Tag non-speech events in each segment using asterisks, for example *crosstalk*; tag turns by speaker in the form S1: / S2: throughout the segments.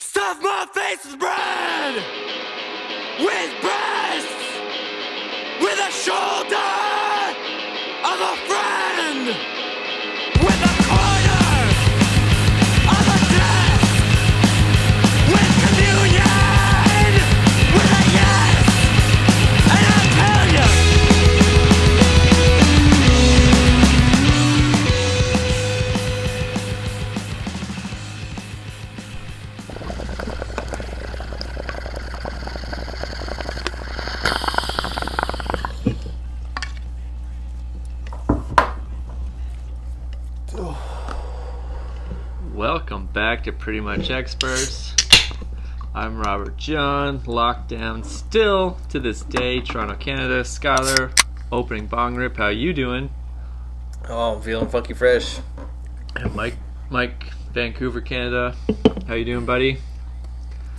S1: Stuff my face with bread! With breasts! With a shoulder of a friend! With a corner of a dress! With communion! With a yes! And I'll tell you!
S2: Welcome back to Pretty Much Experts. I'm Robert John, locked down still to this day, Toronto, Canada. Skylar, opening bong rip. How you doing?
S3: Oh, I'm feeling funky fresh.
S2: And Mike, Mike, Vancouver, Canada. How you doing, buddy?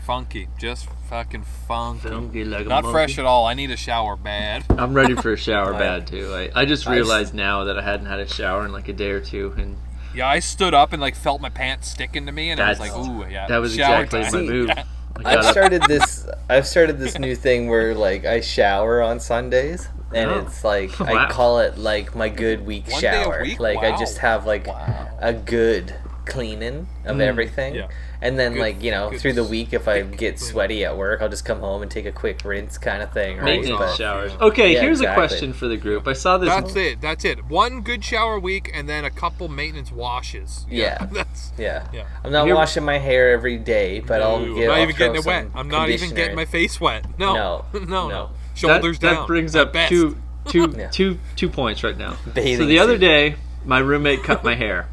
S4: Funky, just fucking funky.
S2: like
S4: Not fresh at all. I need a shower bad.
S2: I'm ready for
S4: *laughs*
S2: a shower
S3: I-
S2: bad too. I, I just
S3: I-
S2: realized now that I hadn't had a shower in like a day or two, and
S4: Yeah, I stood up and like felt my pants sticking to me, and I was
S2: That's-
S4: like, ooh, yeah.
S2: that was
S4: shower
S2: exactly
S4: time.
S2: my
S3: See,
S4: *laughs*
S2: move. I got
S3: I've
S2: up-
S3: started this. I've started this new thing where like I shower on Sundays, and
S2: Oh.
S3: it's like
S2: Wow.
S3: I call it like my good week
S4: One day a
S3: shower.
S4: week?
S3: Like I
S4: Wow.
S3: just have like
S4: Wow.
S3: a good cleaning of everything,
S4: yeah.
S3: and then
S4: Good-
S3: like you know
S4: good
S3: through the week if I get sweaty at work, I'll just come home and take a quick rinse kind of thing, right?
S2: maintenance
S3: But-
S2: showers. Okay,
S3: Yeah,
S2: here's
S3: exactly.
S2: a question for the group. I saw this.
S4: That's it. That's it. One good shower a week, and then a couple maintenance washes.
S3: Yeah.
S4: *laughs* that's.
S3: yeah.
S4: Yeah.
S3: I'm not
S2: Here-
S3: washing my hair every day, but I'll
S4: Ooh,
S3: get.
S4: I'm not
S3: I'll
S4: even getting it
S3: throw
S4: wet.
S3: some
S4: I'm not even
S3: conditioner
S4: getting
S3: in.
S4: my face wet. *laughs* No.
S3: No.
S4: no.
S3: No.
S4: no.
S2: that,
S4: Shoulders
S2: that
S4: down.
S2: brings
S4: at
S2: up
S4: best.
S2: two, two,
S3: *laughs* Yeah.
S2: two- two points right now. so
S3: Bathing
S2: the other
S3: suit.
S2: day, my roommate
S4: *laughs*
S2: cut my hair.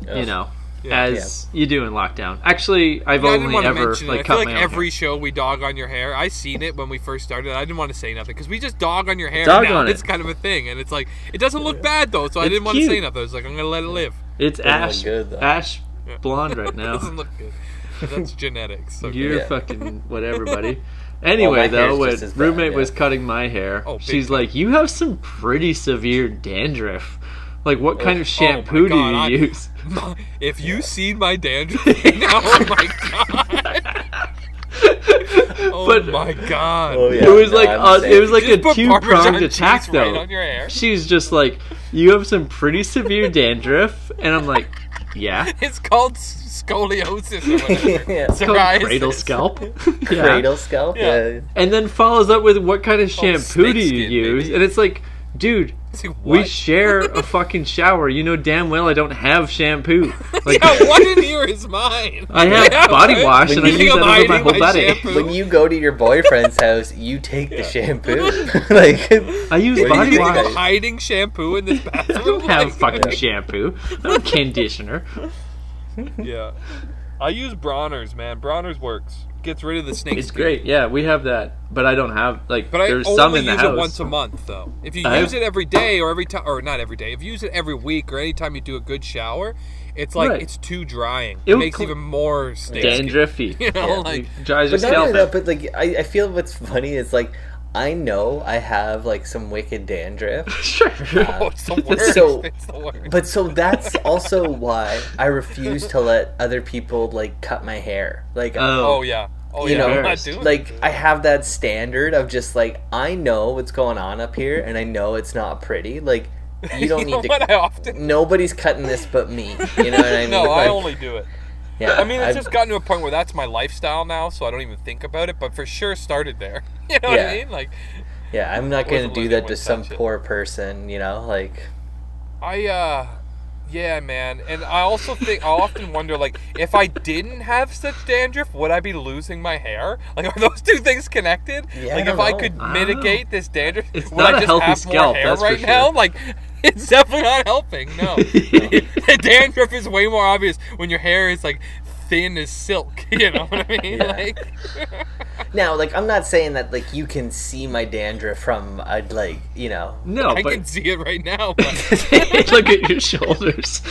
S2: you
S3: Ugh.
S2: know,
S4: Yeah.
S2: as you do in lockdown. Actually, I've
S4: Yeah, I didn't
S2: only
S4: want to
S2: ever
S4: mention it.
S2: like
S4: I
S2: cut
S4: feel like
S2: my own
S4: every
S2: hair.
S4: show we dog on your hair. I seen it when we first started. I didn't want to say nothing because we just dog on your hair.
S2: Dog
S4: now.
S2: on it.
S4: It's kind of a thing, and it's like it doesn't look bad though. So I
S2: It's
S4: didn't want to say
S2: cute.
S4: nothing. I was like, I'm gonna let it live. *laughs*
S2: It's
S3: look
S2: ash,
S3: good, though.
S2: ash blonde right
S3: *laughs*
S4: It doesn't
S2: now.
S4: look good. That's genetics. Okay.
S2: You're
S3: Yeah.
S4: *laughs*
S2: fucking whatever, buddy. Anyway,
S3: hair's
S2: though, when
S3: just as bad,
S2: roommate
S3: yeah.
S2: was cutting my hair,
S4: Oh, big
S2: she's
S4: time.
S2: like, "You have some pretty severe dandruff. Like, what kind of
S4: Oh my
S2: shampoo do
S4: God,
S2: you
S4: I- *laughs*
S2: use?" *laughs*
S4: If you see my dandruff right now, oh my god. Oh
S2: But-
S4: my god.
S3: Oh, yeah.
S2: it was
S3: No,
S2: like
S3: I'm
S2: a, it
S3: saying-
S2: was like a
S4: Just put
S2: two
S4: Parmesan
S2: pronged
S4: cheese
S2: attack
S4: right
S2: though.
S4: on your *laughs* hair.
S2: She's just like, you have some pretty severe dandruff, and I'm like,
S4: *laughs*
S2: yeah,
S4: It's called s- scoliosis or whatever.
S3: yeah.
S2: *laughs* It's called
S4: Psoriasis.
S2: cradle
S4: *laughs*
S2: scalp. *laughs* yeah.
S3: Cradle scalp.
S4: Yeah.
S3: yeah.
S2: And then follows up with what kind of shampoo do you
S4: snakeskin,
S2: use?
S4: baby.
S2: And it's like, dude,
S4: See,
S2: we
S4: what? *laughs*
S2: share a fucking shower. You know damn well I don't
S4: *laughs*
S2: have shampoo. Like
S4: yeah,
S2: *laughs*
S4: one in here is mine.
S2: I have
S4: Yeah,
S2: body
S4: right?
S2: wash and I
S4: You think
S2: use
S4: I'm
S2: that over my
S4: hiding
S2: whole body.
S4: shampoo?
S3: when you go to your boyfriend's house, you take the
S4: *laughs*
S3: shampoo. *laughs* like,
S2: I use
S3: What do you think
S4: You
S2: body
S4: Oh
S2: wash.
S4: think I'm
S3: wash.
S4: hiding shampoo in this *laughs*
S2: *laughs* I
S4: bathroom?
S2: don't have
S4: Like-
S2: fucking shampoo. No conditioner.
S4: Yeah. I use Bronner's, man. Bronner's works. Gets rid of the snake.
S2: It's
S4: skin.
S2: great. Yeah, we have that, but I don't have like.
S4: But I
S2: there's
S4: only
S2: some in the
S4: use
S2: house.
S4: it once a month, though. If you
S2: I-
S4: use it every day or every time, or not every day, if you use it every week or anytime you do a good shower, it's like
S2: Right.
S4: it's too drying. It
S2: It'll
S4: makes
S2: cl-
S4: even more snake. skin.
S2: Dandruffy.
S4: You know, like
S2: dries your
S3: but not only
S2: scalp. *laughs*
S3: that,
S2: out.
S3: but like, I, I feel what's funny is like, I know I have like some wicked dandruff,
S2: Sure.
S4: *laughs* oh, it's
S3: *laughs*
S4: the worst.
S3: So-
S4: it's the worst.
S3: but so
S4: *laughs*
S3: that's also why I refuse to let other people like cut my hair. Like,
S2: Oh, *laughs*
S4: oh yeah. Oh
S3: you
S4: yeah. I'm not
S2: embarrassed.
S4: doing it.
S3: like I have that standard of just like I know what's going on up here, and I know it's not pretty. Like,
S4: *laughs*
S3: you don't
S4: know
S3: need
S4: what
S3: to.
S4: I often
S3: Nobody's cutting this but me. You know what I mean?
S4: *laughs* No, I
S3: Like,
S4: only do it.
S3: Yeah,
S4: I mean, it's
S3: I've-
S4: just gotten to a point where that's my lifestyle now, so I don't even think about it. But for sure, started there. *laughs* You know what I
S3: Yeah.
S4: mean? Like,
S3: Yeah, I'm not
S4: Wasn't
S3: gonna do
S4: letting
S3: that
S4: anyone
S3: to some
S4: touch it.
S3: poor person, you know, like
S4: I, uh, yeah, man. And I also think I often wonder, like, if I didn't have such dandruff, would I be losing my hair? Like, are those two things connected?
S3: Yeah, I
S4: like,
S3: don't
S4: if I
S3: know.
S4: could
S2: I don't
S4: mitigate this dandruff,
S2: It's
S4: would
S2: not a
S4: I just
S2: healthy
S4: have more
S2: scalp,
S4: hair
S2: that's for
S4: right
S2: sure.
S4: now? Like, *laughs* it's definitely not helping.
S2: *laughs*
S4: No, the dandruff is way more obvious when your hair is like thin as silk. *laughs* You know what
S2: *laughs*
S4: I mean?
S3: Yeah.
S4: Like.
S3: now, like I'm not saying that like you can see my dandruff from a like you know.
S2: No,
S4: I
S2: but *laughs*
S4: can see it right now. But *laughs*
S2: look at your shoulders.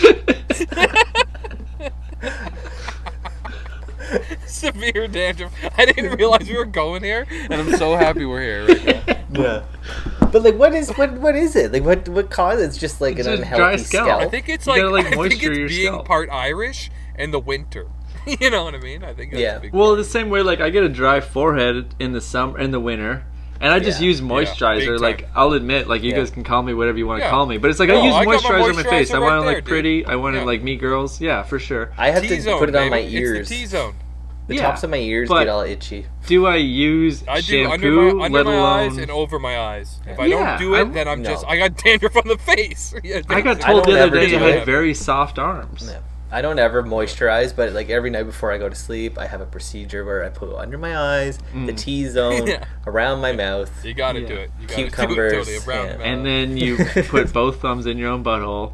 S4: severe dandruff. I didn't realize we were going here, and I'm so happy we're here. Right now.
S3: Yeah. But like, what is what what is it? Like, what what causes? It's just like
S2: It's
S3: an
S2: just dry
S3: unhealthy
S2: scalp.
S3: scalp.
S4: *laughs* I think it's
S2: You
S4: like,
S2: gotta, like,
S4: I think
S2: moisture
S4: it's
S2: your
S4: being
S2: scalp.
S4: part Irish and the winter. *laughs* you know what I mean? I think that's
S3: Yeah.
S4: a big
S2: Well, the same way, like I get a dry forehead in the summer in the winter, and I just
S3: Yeah.
S2: use
S4: big
S2: moisturizer.
S4: time.
S2: like I'll admit, like you
S3: Yeah.
S2: guys can call me whatever you want to
S4: Yeah.
S2: call me, but it's like
S4: No,
S2: I use
S4: I got my
S2: moisturizer on my face.
S4: moisturizer
S2: I
S4: right
S2: wanted
S4: there,
S2: like
S4: dude.
S2: pretty. I wanted
S4: Yeah.
S2: like me girls. Yeah, for sure.
S3: I have to
S4: T-zone,
S3: put it on my
S4: baby.
S3: ears.
S4: It's the
S3: The,
S4: T-zone.
S2: yeah.
S3: tops of my ears
S2: but-
S3: get all itchy.
S2: Do I use
S4: I do
S2: shampoo?
S4: under my, under
S2: let
S4: my
S2: alone
S4: eyes and over my eyes. If I
S2: Yeah,
S4: don't do it,
S2: I'm-
S4: then I'm
S3: No.
S4: just I got *laughs* dandruff on the face. *laughs* Yeah,
S2: I got
S4: that's-
S2: told
S3: don't
S2: the
S3: ever
S2: other day
S4: do
S2: I had
S4: it.
S2: very soft arms.
S3: Yeah. I don't ever moisturize, but like every night before I go to sleep, I have a procedure where I put under my eyes, the T zone,
S4: Mm. *laughs* Yeah.
S3: around my mouth.
S4: You gotta
S2: Yeah.
S4: do it. You gotta
S3: Cucumbers,
S4: do it totally around
S3: yeah.
S4: the
S2: And
S4: mouth.
S2: then you
S3: *laughs*
S2: *laughs* put both thumbs in your own butthole.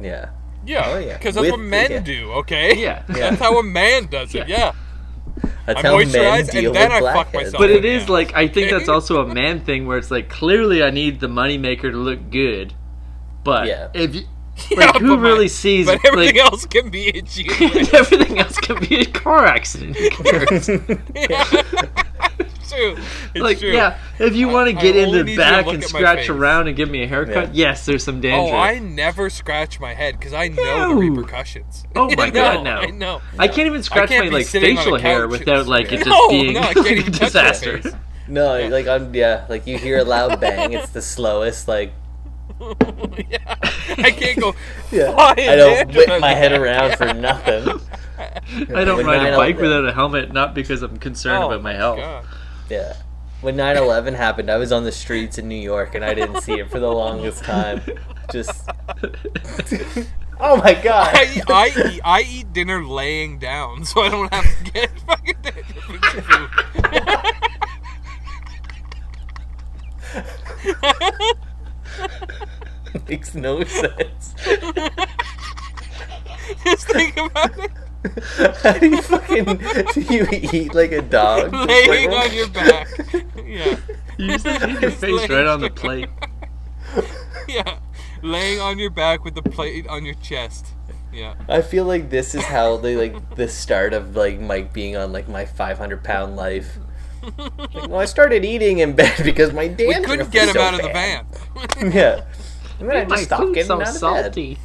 S3: Yeah.
S4: yeah,
S3: oh, yeah.
S4: because that's
S3: With
S4: what
S3: the-
S4: men
S3: yeah.
S4: do.
S3: *laughs*
S4: Okay, *laughs*
S2: Yeah.
S4: that's how a man does it. Yeah,
S2: Yeah.
S3: That's
S4: I
S3: how men
S4: moisturize,
S3: deal
S4: and then
S3: with
S4: I fuck
S3: blackheads.
S4: myself.
S2: But it
S4: Yeah.
S2: is like I
S4: *laughs*
S2: think that's also a man thing where it's like clearly I need the moneymaker to look good, but
S3: Yeah.
S2: if you,
S4: Yeah,
S2: like
S4: but
S2: who
S4: my-
S2: really sees
S4: But everything
S2: like,
S4: else can be itchy. *laughs*
S2: *laughs* and everything else can be a car accident.
S4: it's true. It's
S2: *laughs* like,
S4: true.
S2: yeah, if you want to
S4: I
S2: get
S4: only need
S2: into the
S4: you to
S2: back
S4: look
S2: and
S4: at my
S2: scratch
S4: face.
S2: around and give me a haircut, yes, there's some
S4: Oh,
S2: danger.
S4: I never scratch my head because I know the
S2: Ew.
S4: repercussions. *laughs*
S2: Oh my
S4: I
S2: God,
S4: know,
S2: no.
S4: I know.
S2: I can't even scratch
S4: can't
S2: my
S4: be
S2: like
S4: sitting on a
S2: facial hair
S4: couch.
S2: without like it
S4: Yeah.
S2: just
S4: No,
S2: being *laughs*
S4: no, I can't
S2: like, a
S4: even touch my
S2: disaster.
S4: face.
S3: No, like I'm yeah, like you hear a loud bang, it's the slowest like
S4: *laughs* yeah. I can't
S2: *laughs*
S4: go.
S3: yeah.
S4: Fly
S3: I don't
S4: dandruff.
S3: whip my
S4: *laughs*
S3: head around for nothing.
S2: I don't
S3: When
S2: ride a
S3: 9/11
S2: bike without a helmet, not because I'm concerned
S4: Oh,
S2: about my health.
S4: God.
S3: Yeah. When 9/11 happened, I was on the streets in New York and I didn't see it for the longest time. Just Oh my god.
S4: I, I, eat, I eat dinner laying down, *laughs* so I don't have to get *laughs* fucking dandruff in the
S3: *laughs* makes no sense. *laughs*
S4: food. *laughs* Just think about it.
S3: How do you fucking do you eat like a dog?
S4: Laying on your back. *laughs* Yeah.
S2: you just hit
S4: *laughs*
S2: your
S4: Just
S2: face
S4: laying
S2: right on the
S4: straight- *laughs*
S2: plate.
S4: Yeah. Laying on your back with the plate on your chest. Yeah.
S3: I feel like this is how they like the start of like Mike being on like my 500 pound life. Like, well, I started eating in bed *laughs* because my
S4: We
S3: dandruff
S4: couldn't get
S3: was
S4: him
S3: so
S4: out of the
S3: bad.
S4: van.
S3: Yeah. And then I
S2: My
S3: just stopped
S2: food's
S3: getting
S2: so
S3: out of bed.
S2: salty.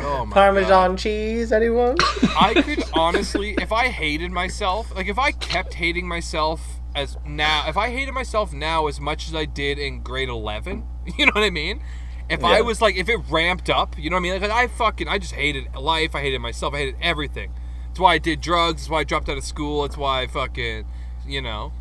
S4: Oh my God.
S3: Parmesan cheese, anyone?
S4: I could honestly, if I hated myself, like if I kept hating myself as now, if I hated myself now as much as I did in grade 11, *laughs* you know what I mean? If I
S3: Yeah.
S4: was like, if it ramped up, you know what I mean? Like, I fucking, I just hated life. I hated myself. I hated everything. That's why I did drugs. That's why I dropped out of school. That's why I fucking, you know,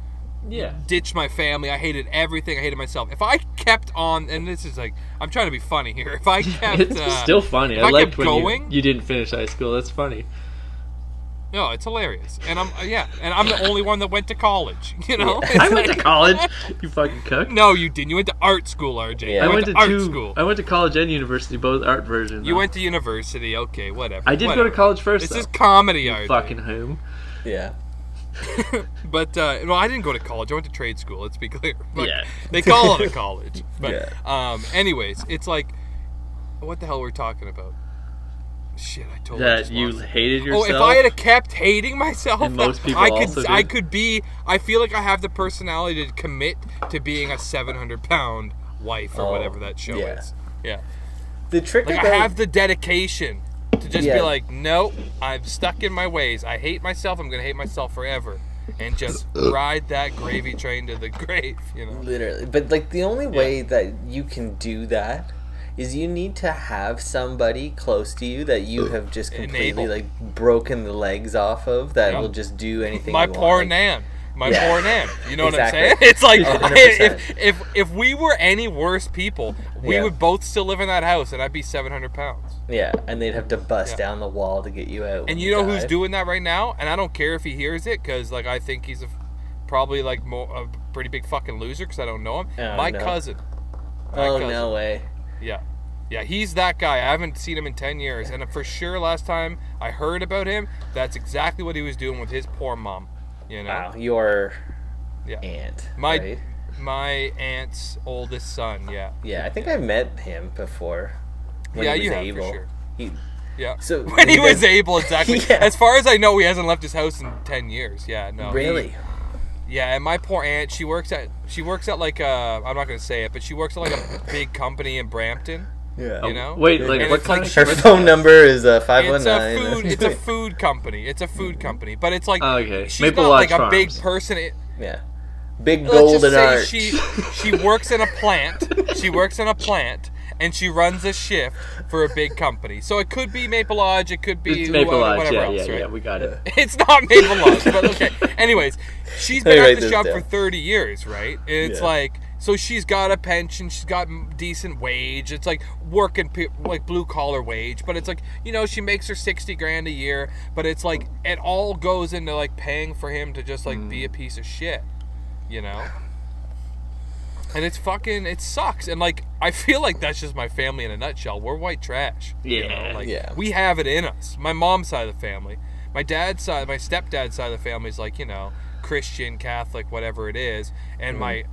S2: Yeah.
S4: ditched my family. I hated everything. I hated myself. If I kept on, and this is like, I'm trying to be funny here. If
S2: *laughs*
S4: I kept,
S2: It's
S4: uh,
S2: still funny.
S4: if
S2: I,
S4: I
S2: liked
S4: kept
S2: when you-
S4: going-
S2: you, didn't finish high school. That's funny.
S4: *laughs* No, it's hilarious, and I'm uh, yeah, and I'm the only one that went to college. *laughs* You know,
S2: I went to college. You fucking cook.
S4: no, you didn't. You went to art school, RJ.
S3: Yeah.
S4: You
S2: I
S3: I
S2: went, to
S4: art
S2: two.
S4: school.
S2: I went to college and university, both art versions.
S4: you went to university. Okay, whatever.
S2: I did
S4: whatever.
S2: go to college first.
S4: This
S2: Though.
S4: is comedy, RJ.
S2: fucking whom?
S3: yeah.
S4: But uh, no, I didn't go to college. I went to trade school. Let's be clear. *laughs* But
S2: Yeah.
S4: They call
S2: *laughs*
S4: it a college. But
S3: Yeah.
S4: um, anyways, it's like, what the hell we're talking about? Shit, I totally
S2: That
S4: just
S2: you
S4: lost it.
S2: hated
S4: Oh,
S2: yourself.
S4: if I had a kept hating myself,
S2: And most people
S4: I could
S2: also do.
S4: I could be. I feel like I have the personality to commit to being a 700 pound wife or
S3: Oh,
S4: whatever that show
S3: yeah.
S4: is. Yeah,
S3: The trick
S4: like I
S3: about
S4: have the dedication to just be
S3: Yeah.
S4: like, no, I'm stuck in my ways. I hate myself. I'm gonna hate myself forever, and just ride that gravy train to the *laughs* grave. You know.
S3: literally, but like the only way that you can do that is you need to have somebody close to you that you have just completely
S4: Enable.
S3: like broken the legs off of that
S4: Yeah.
S3: will just do anything.
S4: My
S3: you want.
S4: poor
S3: Like,
S4: Nan. My
S3: Yeah.
S4: poor Nan. You know what I'm
S3: Exactly.
S4: saying? *laughs* It's like
S3: A hundred
S4: if,
S3: percent.
S4: if if we were any worse people, we
S3: Yeah.
S4: would both still live in that house, and I'd be 700 pounds.
S3: Yeah, and they'd have to bust
S4: Yeah.
S3: down the wall to get you out. when
S4: And you know who's
S3: die.
S4: doing that right now? And I don't care if he hears it, because like I think he's a, probably like more, a pretty big fucking loser, because I don't know him.
S3: Oh,
S4: My
S3: no.
S4: cousin. My
S3: Oh
S4: cousin.
S3: no way!
S4: Yeah. Yeah, he's that guy. I haven't seen him in 10 years. And for sure, last time I heard about him, that's exactly what he was doing with his poor mom. You know?
S3: Wow, your
S4: Yeah.
S3: aunt.
S4: My
S3: right?
S4: my aunt's oldest son. Yeah.
S3: yeah, I think I met him before. When
S4: yeah,
S3: he was
S4: you have
S3: able.
S4: for sure.
S3: He,
S4: Yeah.
S3: So
S4: *laughs* when he
S3: you
S4: was
S3: guys-
S4: able, exactly.
S3: *laughs* Yeah.
S4: As far as I know, he hasn't left his house in ten years. Yeah, no. he-
S3: really?
S4: yeah, and my poor aunt, she works at she works at like uh I'm not gonna say it, but she works at like a big company in Brampton.
S3: Yeah.
S4: You know?
S2: Oh, Wait, like
S4: And
S2: what
S4: it's
S2: kind
S4: like
S3: *laughs*
S2: of
S3: Her
S2: Christmas-
S3: phone number is uh, five one
S4: It's
S3: nine.
S4: a
S3: *laughs*
S4: food. It's a food company. It's a
S3: Mm-hmm.
S4: food company, but it's like
S2: Oh, Okay,
S4: she's
S2: Maple
S4: not
S2: Lodge
S4: like a big
S2: Farms.
S4: person. It-
S3: yeah. Big
S4: Let's
S3: golden arch.
S4: just say she she works in a plant. She works in a plant, and she runs a shift for a big company. So it could be Maple Lodge. It could be
S2: It's Maple
S4: wha-
S2: Lodge.
S4: whatever
S2: Yeah,
S4: else,
S2: yeah,
S4: right?
S2: yeah. We got it.
S4: *laughs* It's not Maple Lodge, but okay. Anyways, she's
S3: Let me
S4: been
S3: write
S4: at the
S3: this
S4: shop
S3: down.
S4: for 30 years, right? And it's
S3: Yeah.
S4: like, so she's got a pension, she's got m- decent wage. It's like working, pe- like blue collar wage, but it's like, you know, she makes her 60 grand a year, but it's like, it all goes into like paying for him to just like be a piece of shit, you know? And it's fucking, it sucks. And like, I feel like that's just my family in a nutshell. We're white trash. You
S2: Yeah.
S4: know? Like,
S3: Yeah.
S4: we have it in us. My mom's side of the family, my dad's side, my stepdad's side of the family is like you know Christian, Catholic, whatever it is,
S2: Mm.
S4: and my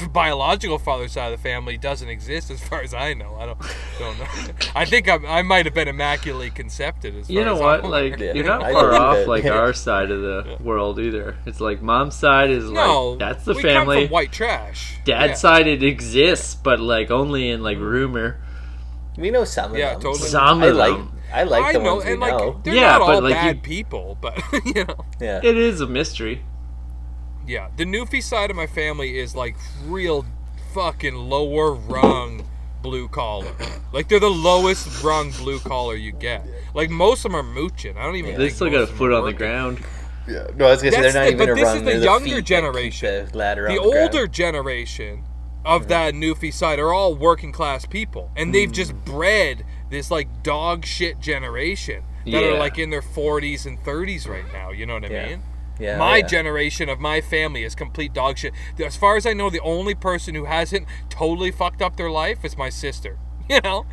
S4: *laughs* biological father's side of the family doesn't exist as far as I know. I don't don't know. *laughs* I think I'm, I might have been immaculately concepted as
S2: You
S4: far
S2: know
S4: as
S2: what?
S4: I'm
S2: Like
S3: Yeah.
S2: you're not
S3: I
S2: far
S3: believe
S2: off
S3: it.
S2: like our side of the world either. It's like mom's side
S4: *laughs*
S2: is
S4: no,
S2: like that's the
S4: we Come
S2: family.
S4: from white trash.
S2: Dad's
S4: Yeah.
S2: side it exists, but like only in like rumor.
S3: we know some of
S4: Yeah,
S3: them.
S4: totally.
S2: Some
S3: I
S2: of
S3: like
S2: them.
S3: I like
S4: I
S3: the
S4: know,
S3: ones we
S4: and like
S3: know.
S4: they're
S2: Yeah,
S4: not
S2: but,
S4: all
S2: like,
S4: bad
S2: you-
S4: people, but *laughs* you know.
S3: Yeah.
S2: It is a mystery.
S4: Yeah, the Newfie side of my family is like real fucking lower rung blue collar. Like they're the lowest rung blue collar you get. Like most of them are mooching. I don't even.
S2: They
S4: think
S2: still
S4: most
S2: got a
S4: of them
S2: foot
S4: are
S2: on the
S4: working.
S2: ground.
S3: yeah. No, I was gonna say
S4: That's
S3: they're not
S4: the-
S3: even
S4: but
S3: a
S4: this
S3: run.
S4: is
S3: they're
S4: the
S3: the
S4: younger
S3: feet that keep
S4: generation.
S3: The ladder
S4: The
S3: on the ground.
S4: older generation of that Newfie side are all working class people, and
S2: Mm.
S4: they've just bred this like dog shit generation that
S2: Yeah.
S4: are like in their 40s and 30s right now. You know what I
S3: Yeah.
S4: mean?
S3: Yeah,
S4: my
S3: yeah.
S4: generation of my family is complete dog shit. As far as I know, the only person who hasn't totally fucked up their life is my sister. *laughs* You know,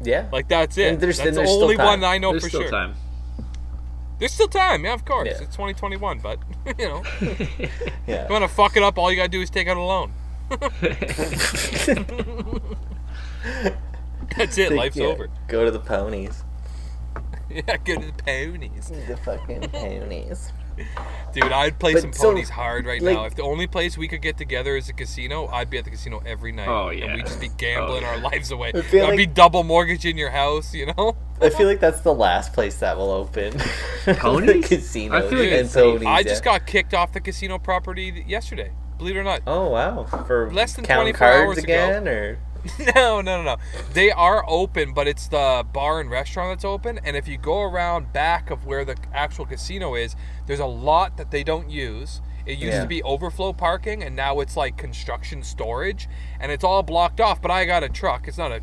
S3: Yeah.
S4: like that's it.
S3: And there's-
S4: that's
S3: and
S4: the
S3: there's still
S4: only
S3: time.
S4: one I know
S2: There's
S4: Oh, for
S2: still
S4: sure.
S2: time.
S4: There's still time. Yeah, of course.
S3: Yeah.
S4: It's 2021, but *laughs* you know, if
S3: yeah.
S4: you want to fuck it up, all you gotta do is take out
S3: *laughs*
S4: a loan. *laughs* That's it.
S3: Think,
S4: Life's
S3: yeah,
S4: over. *laughs*
S3: Go to the ponies.
S4: Yeah, go to the ponies,
S3: The fucking ponies.
S4: dude. I'd play
S3: But
S4: some
S3: so,
S4: ponies hard right now.
S3: like-
S4: If the only place we could get together is a casino, I'd be at the casino every night.
S2: Oh,
S4: and
S2: yeah.
S4: we'd just be gambling
S2: Oh,
S4: our lives away. I'd
S3: feel
S4: be
S3: like-
S4: double mortgaging your house. You
S3: *laughs*
S4: know.
S3: I feel like that's the last place that will open. *laughs*
S2: Ponies?
S3: the casino.
S2: I feel like
S3: and
S2: it's safe.
S3: ponies,
S4: I
S3: yeah.
S4: just got kicked off the casino property th- yesterday. Believe it or not. *laughs*
S3: Oh wow! For
S4: Less than
S3: counting
S4: 24
S3: cards
S4: hours ago.
S3: again, or
S4: No, no, no, no. They are open, but it's the bar and restaurant that's open. And if you go around back of where the actual casino is, there's a lot that they don't use. It used
S3: Yeah.
S4: to be overflow parking, and now it's like construction storage, and it's all blocked off. But I got a truck. It's not a,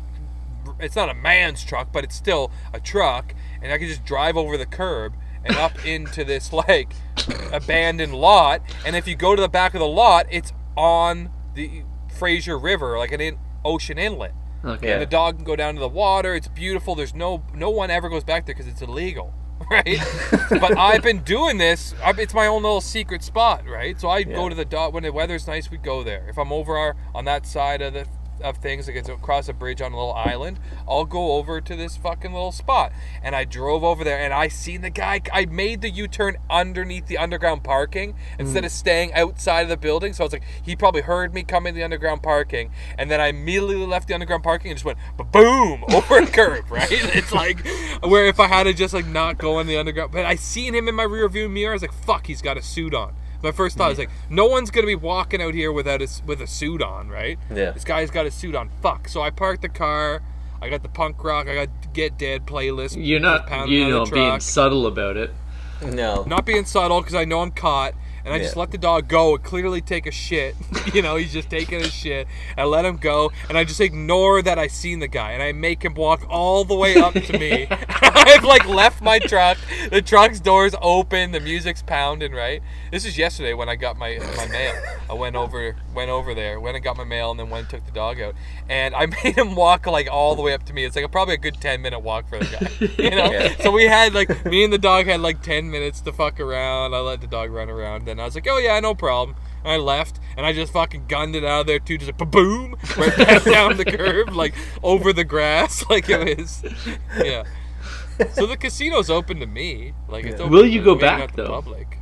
S4: it's not a man's truck, but it's still a truck, and I can just drive over the curb and up into this like abandoned lot. And if you go to the back of the lot, it's on the Fraser River, like an in- ocean inlet.
S2: Okay.
S3: Yeah.
S4: And the dog can go down to the water. It's beautiful. There's no no one ever goes back there because it's illegal, *laughs*
S3: *laughs*
S4: right? but I've been doing this. i it's my own little secret spot, right? So I
S3: Yeah.
S4: go to the dog when the weather's nice. We go there. If I'm over our, on that side of the of things, like it's across a bridge on a little island, I'll go over to this fucking little spot. And I drove over there, and I seen the guy. I made the U-turn underneath the underground parking instead
S2: Mm.
S4: of staying outside of the building. So I was like, he probably heard me coming to the underground parking, and then I immediately left the underground parking and just went boom *laughs* over a curb. Right? *laughs* It's like where if I had to just like not go in the underground, but I seen him in my rear view mirror. I was like, fuck, he's got a suit on. My first thought is like, no one's gonna be walking out here without a, s- with a suit on, right?
S3: Yeah.
S4: This guy's got a suit on. Fuck. So I parked the car. I got the punk rock. I got Get Dead playlist.
S2: You're not,
S4: Pounding
S2: you
S4: on the
S2: know, being
S4: truck.
S2: subtle about it.
S3: no?
S4: not being subtle because I know I'm caught. And I just
S3: Yeah.
S4: let the dog go and clearly take a shit. *laughs* You know, he's just taking a shit. I let him go and I just ignore that I seen the guy and I make him walk all the way up to me. *laughs* I've like left my truck. The truck's doors open, the music's pounding, right? This is yesterday when I got my my mail. I went over went over there, went and got my mail and then went and took the dog out. And I *laughs* made him walk like all the way up to me. It's like a, probably a good 10 minute walk for the
S3: *laughs*
S4: guy. You know?
S3: Yeah.
S4: So we had like me and the dog had like ten minutes to fuck around. I let the dog run around. Then I was like, oh yeah, no problem. And I left and I just fucking gunned it out of there too, just like, boom, right back *laughs* down the curb, like over the grass, *laughs* like it was. Yeah. So the casino's open to me. Like it's
S3: Yeah.
S4: open
S2: Will
S4: to
S2: you
S4: the-
S2: go
S4: maybe not
S2: back,
S4: the
S2: though?
S4: Public.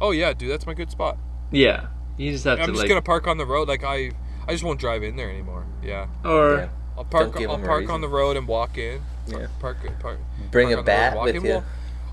S4: Oh yeah, dude, that's my good spot.
S2: Yeah. You just have
S4: I'm
S2: to
S4: just
S2: like,
S4: gonna park on the road. Like I, I just won't drive in there anymore. Yeah.
S2: or
S3: Yeah.
S4: I'll park.
S3: Don't give
S4: I'll
S3: them a
S4: park
S3: reason.
S4: on the road and walk in.
S3: Yeah.
S4: Park. Park.
S3: Bring a
S4: park on the road and
S3: bat
S4: walk
S3: with
S4: in.
S3: you.
S4: Well,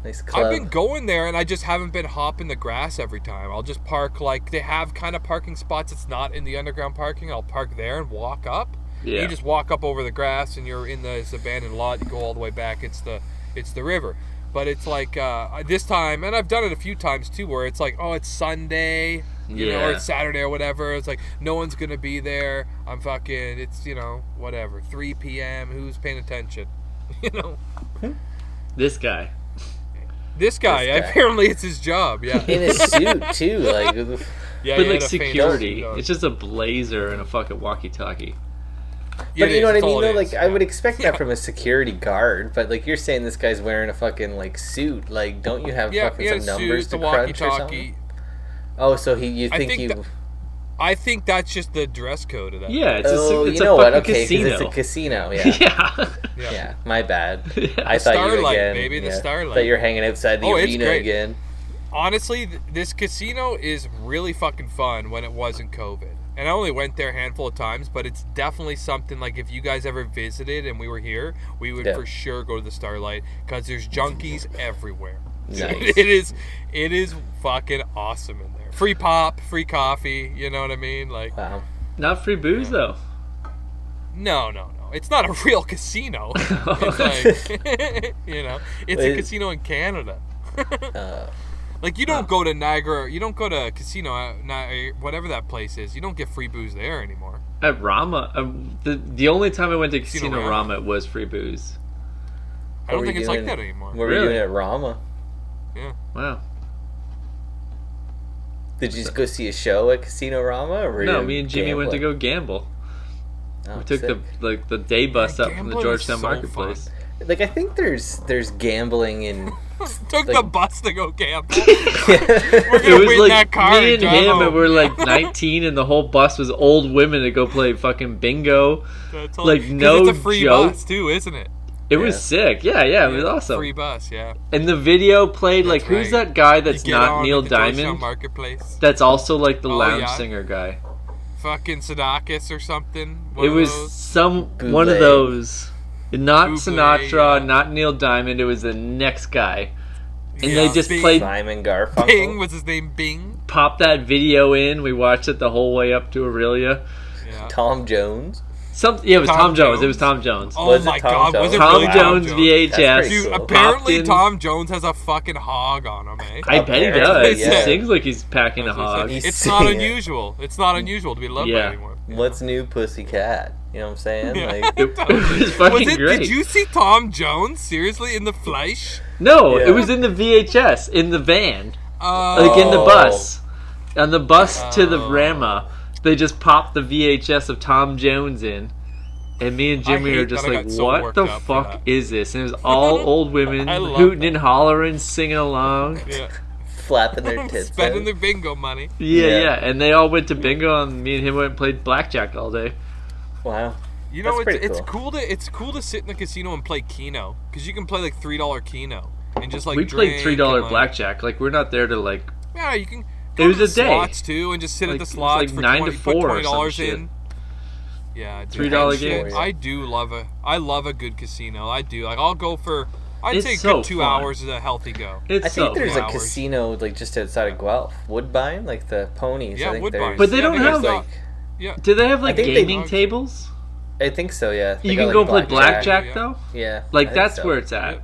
S3: Nice
S4: I've
S3: club.
S4: been going there and I just haven't been hopping the grass every time. I'll just park like they have kind of parking spots that's not in the underground parking. I'll park there and walk up.
S2: Yeah.
S4: You just walk up over the grass and you're in this abandoned lot. You go all the way back. It's the it's the river. But it's like uh, this time, and I've done it a few times too, where it's like, oh, it's Sunday, you know, or
S2: Yeah.
S4: it's Saturday or whatever. It's like no one's gonna be there. I'm fucking. It's you know whatever. 3 p.m. Who's paying attention? *laughs* You know,
S2: This guy.
S4: this guy,
S3: This guy.
S4: apparently it's his job. Yeah.
S3: *laughs* in
S4: *laughs*
S3: a suit too, like
S4: Yeah,
S2: but
S4: you
S2: like
S4: had a faint
S2: security.
S4: suit,
S2: It's just a blazer and a fucking walkie-talkie.
S4: Yeah,
S3: But
S4: it
S3: you know what I
S4: is. That's
S3: mean?
S4: all it
S3: Though,
S4: is.
S3: like I would
S4: Yeah.
S3: expect that from a security guard, but like you're saying, this guy's wearing a fucking like suit. Like, don't you have
S4: Yeah,
S3: fucking
S4: he had a
S3: some numbers
S4: suit,
S3: to
S4: the
S3: crunch or something?
S4: walkie-talkie.
S3: Oh, so he? You
S4: I
S3: think,
S4: think
S3: he?
S4: that- I think that's just the dress code of that.
S2: Yeah, it's
S3: oh,
S2: a it's
S3: you
S2: a
S3: know
S2: fucking
S3: what? Okay, 'cause
S2: casino.
S3: it's
S2: *laughs*
S3: a casino. Yeah.
S2: yeah.
S4: Yeah.
S3: Yeah, my bad.
S2: *laughs* Yeah.
S3: I thought you
S4: Starlight,
S3: again.
S4: baby, the
S3: yeah.
S4: starlight.
S3: That you're hanging outside the
S4: Oh, it's
S3: arena
S4: great.
S3: again.
S4: Honestly, th- this casino is really fucking fun when it wasn't COVID. And I only went there a handful of times, but it's definitely something like if you guys ever visited and we were here, we would
S3: Yeah.
S4: for sure go to the Starlight because there's junkies everywhere.
S3: Nice.
S4: *laughs* it is, it is fucking awesome in there. Free pop, free coffee. You know what I mean? Like,
S3: Wow.
S2: Not free booze though.
S4: No, no, no. It's not a *laughs* real casino.
S2: *laughs*
S4: it's like, *laughs* you know, it's a
S3: Wait.
S4: casino in Canada. *laughs*
S3: Uh,
S4: Like you don't go to Niagara, you don't go to a casino, uh, Ni- whatever that place is. You don't get free booze there anymore.
S2: At Rama, um, the the only time I went to
S4: Casino
S2: Casino
S4: Rama.
S2: Rama was free booze.
S4: I don't think it's like that anymore.
S3: What were
S2: Really?
S3: you doing at Rama?
S2: Wow.
S3: Did you just go see a show at Casino Rama? Or were
S2: No,
S3: you
S2: me and Jimmy went to
S3: gambling?
S2: go gamble.
S3: Oh,
S2: We took
S3: sick.
S2: the like the day bus
S4: Yeah,
S2: up from the
S4: gambling is
S2: Georgetown
S4: so
S2: marketplace.
S3: like I think there's there's gambling
S2: *laughs*
S3: in.
S4: *laughs*
S3: *laughs*
S4: Took the
S3: Like-
S4: bus to go camp.
S3: yeah,
S4: We're gonna win that car
S2: me and
S4: drive
S2: him,
S4: home.
S2: and we're like 19, and the whole bus was old women to go play fucking bingo.
S4: That's all-
S2: like,
S4: 'cause
S2: no
S4: it's a free
S2: joke.
S4: bus too, isn't it?
S2: It was sick. Yeah, yeah, it was awesome.
S4: Free bus, yeah.
S2: And the video played like
S4: That's
S2: who's
S4: right.
S2: that guy
S4: You
S2: that's
S4: get on
S2: not
S4: at
S2: Neil
S4: the Georgetown
S2: Diamond?
S4: Marketplace,
S2: That's also like the lounge
S4: Oh, yeah.
S2: singer guy.
S4: fucking Sadakis or something. One
S2: It
S4: of
S2: was
S4: those.
S2: some one of
S3: Buble.
S2: those. Not
S4: Buble,
S2: Sinatra,
S4: yeah.
S2: not Neil Diamond. It was the next guy, and they
S4: Yeah.
S2: just
S4: Bing.
S2: played
S3: Simon Garfunkel.
S4: Bing was his name. Bing.
S2: pop that video in. We watched it the whole way up to Aurelia.
S4: Yeah.
S3: Tom Jones.
S2: Some yeah, it was Tom,
S4: Tom
S2: Jones. It
S4: Jones?
S2: was Tom Jones.
S4: Oh
S3: Was it
S4: my
S3: Tom
S4: god, was
S3: Jones?
S4: it
S2: Tom
S4: really
S2: Jones
S3: That's
S2: VHS.
S3: pretty
S4: Dude,
S3: So-
S4: apparently
S2: Popped in-
S4: Tom Jones has a fucking hog on him, eh?
S2: I bet he
S3: Apparently,
S2: does.
S4: yeah.
S2: He sings like he's packing a hog.
S3: He's
S4: it's not
S3: singing.
S4: unusual. It's not unusual to be loved by
S2: Yeah.
S4: anyone.
S3: What's new, Pussycat? You know what I'm saying?
S4: Yeah.
S3: Like,
S2: *laughs* It was fucking
S4: Was it?
S2: great.
S4: Did you see Tom Jones seriously in the flesh?
S2: No,
S3: Yeah.
S2: it was in the VHS in the van,
S4: Uh,
S2: like in the
S3: Oh.
S2: bus, on the bus to the
S4: Oh.
S2: Rama. They just popped the VHS of Tom Jones in, and me and Jimmy
S4: hate
S2: are just
S4: that I
S2: like,
S4: got so
S2: "What
S4: worked
S2: the
S4: up for
S2: fuck
S4: that."
S2: is this?" And it
S4: *laughs*
S2: was all old women
S4: I love
S2: hooting
S4: that.
S2: and hollering, singing along.
S4: yeah.
S3: flapping
S2: *laughs*
S3: their tits.
S4: Spending
S3: out.
S4: their bingo money.
S2: Yeah,
S3: Yeah.
S2: yeah, And they all went to bingo, and me and him went and played blackjack all day.
S3: Wow.
S4: You
S3: That's
S4: know, it's,
S3: pretty
S4: it's cool to it's cool to sit in the casino and play Keno because you can play like three dollar Keno and just like
S2: we
S4: drink
S2: played three dollar
S4: and, like-
S2: blackjack. Like we're not there to like.
S4: Yeah, you can.
S2: It
S4: Go
S2: was
S4: to
S2: a
S4: the
S2: day.
S4: Slots too, and just sit
S2: Like,
S4: at the
S2: it's
S4: slots
S2: like
S4: for
S2: nine to
S4: 20,
S2: four
S4: put
S2: or
S4: twenty dollars
S2: some shit.
S4: in. Yeah, dude,
S2: $3
S4: that shit-
S2: games.
S4: I do love a. I love a good casino. I do. Like I'll go for. I'd
S2: It's
S4: say a good
S2: so
S4: two
S2: fun.
S4: hours is a healthy go.
S2: It's
S3: I think
S2: so
S3: there's a
S2: fun.
S4: hours.
S3: casino like just outside of Guelph, Woodbine, like the ponies.
S4: Yeah,
S3: I think
S4: Woodbine.
S3: there's-
S2: But they
S4: Yeah,
S2: don't
S4: there's
S2: have-
S4: that.
S2: Do they have like
S3: think they-
S2: gaming tables?
S3: I think so. Yeah. They
S2: You
S3: got,
S2: can
S3: like,
S2: go play blackjack
S4: Yeah.
S2: though.
S3: Yeah. I
S2: Like
S3: think
S2: that's
S3: so.
S2: where it's at.
S4: Yep.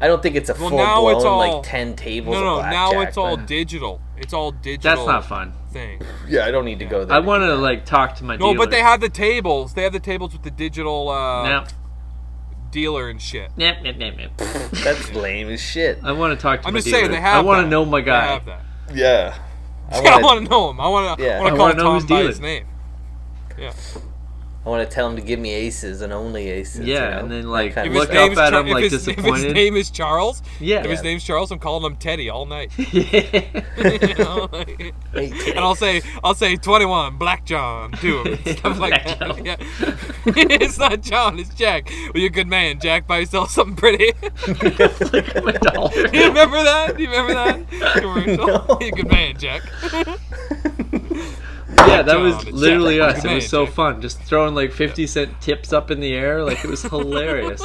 S3: I don't think it's a
S4: Well,
S3: full
S4: now
S3: blown
S4: it's all-
S3: like ten tables.
S4: No, no.
S3: of blackjack,
S4: Now it's all
S3: but-
S4: digital. It's all digital.
S2: That's not fun.
S4: thing.
S3: Yeah, I don't need to go there.
S2: I want to like talk to my.
S4: No, but they
S2: dealer.
S4: have the tables. They have the tables with the digital uh,
S2: Nah.
S4: dealer and shit.
S2: Nap, nap, nap, nap.
S3: *laughs* That's lame as
S2: *laughs*
S3: shit.
S2: I want to talk to.
S4: I'm
S2: my
S4: just saying
S2: dealer.
S4: they have.
S2: I want
S4: that.
S2: to know my
S4: They
S2: guy.
S4: have that.
S3: Yeah. I
S4: Yeah, *laughs* I
S3: want
S4: want to know him. I want to.
S3: Yeah.
S4: I
S3: I
S4: want to call
S2: wanna know
S4: Tom
S2: who's
S4: by
S2: dealing.
S4: his name.
S3: to. I want to tell him to give me aces and only aces.
S2: Yeah,
S3: you know?
S2: and then,
S3: That
S2: like,
S3: kind
S4: If
S3: of
S4: his
S2: Look
S3: stuff.
S4: name
S2: up
S4: is
S2: at
S4: Char-
S2: him, like,
S4: if his, *laughs* If his
S2: disappointed.
S4: name is Charles, if
S2: Yeah.
S4: his name's Charles, I'm calling him Teddy all night. *laughs*
S2: *laughs* Yeah.
S4: You know, like-
S2: *laughs*
S3: Hey,
S4: and I'll say, I'll say 21, Black John, do him, and stuff like that.
S2: *laughs* Black John.
S4: Yeah. *laughs* it's not John, it's Jack. Well, you're a good man, Jack. Buy yourself something pretty. *laughs*
S2: Like, I'm a dollar.
S4: you remember
S2: *laughs*
S4: that? You remember that commercial?
S3: No.
S4: You're a good man, Jack.
S2: Yeah, that
S4: job.
S2: was
S4: It's
S2: literally
S4: Jack.
S2: us.
S4: Good
S2: It was
S4: man,
S2: so
S4: Jack.
S2: fun. Just throwing like 50 cent tips up in the air. Like, it
S4: *laughs*
S2: was hilarious.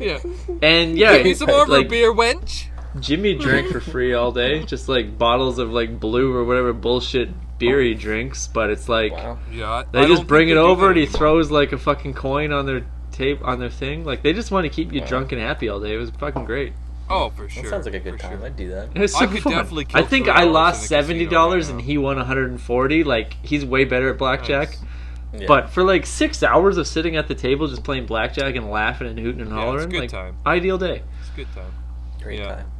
S4: Yeah.
S2: And yeah,
S4: Give me some more of
S2: like,
S4: a beer, wench.
S2: Jimmy drank for free all day. Just like bottles of like blue or whatever bullshit beer he drinks. But it's like.
S3: Wow.
S4: Yeah.
S2: They just bring it over and he throws like a fucking coin on their tape on their thing. Like they just want to keep you drunk and happy all day. It was fucking great. *laughs*
S4: Oh, for sure.
S3: That sounds like a
S4: for
S3: good time.
S4: sure.
S3: I'd do that.
S2: It was so
S4: I could
S2: fun.
S4: definitely kill
S2: I think
S4: three
S2: I
S4: hours
S2: lost
S4: in a
S2: seventy
S4: casino
S2: dollars
S4: right
S2: and
S4: now.
S2: he won one hundred and forty. Like he's way better at blackjack.
S4: Nice.
S3: Yeah.
S2: But for like six hours of sitting at the table just playing blackjack and laughing and hooting and
S4: Yeah, it's
S2: hollering,
S4: good
S2: like
S4: time.
S2: ideal day.
S4: It's a good time.
S3: great
S4: yeah.
S3: time.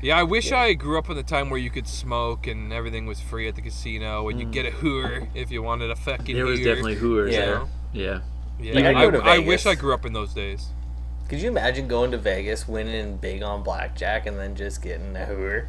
S4: Yeah, I wish I grew up in the time where you could smoke and everything was free at the casino, and you get a hooer if you wanted a fucking.
S2: There Mm. was
S4: hooer,
S2: definitely hooers.
S3: Yeah.
S2: Yeah. yeah. *laughs*
S4: Yeah,
S3: Like, I'd
S4: I,
S3: go to
S4: I wish
S3: Vegas.
S4: I grew up in those days. *laughs*
S3: Could you imagine going to Vegas, winning big on blackjack, and then just getting a hooer?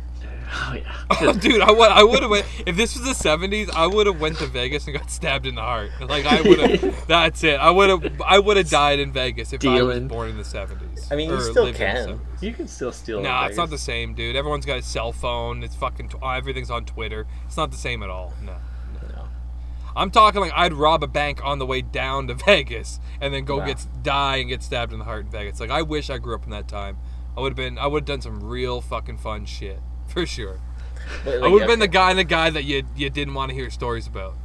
S2: Oh yeah.
S4: Oh, dude, I would I would have went if this was the seventies. I would have went to Vegas and got stabbed in the heart. Like I
S3: *laughs*
S4: would have. that's it. I would have. I would have died in Vegas if I
S2: Dealing.
S4: was born in the seventies.
S3: I mean, you still can.
S2: you can still steal.
S4: Nah,
S2: in
S4: it's not the
S2: Vegas.
S4: same, dude. Everyone's got a cell phone. It's fucking. Tw- everything's on Twitter. It's not the same at all. No.
S3: No.
S4: I'm talking like I'd rob a bank on the way down to *laughs* Vegas and then go
S3: Wow.
S4: get die and get stabbed in the heart in Vegas. Like I wish I grew up in that time. I would have been. I would have done some real fucking fun shit *laughs* for sure.
S3: But,
S4: I
S3: like,
S4: would have been the
S3: okay.
S4: guy, the guy that you you didn't want to hear stories about.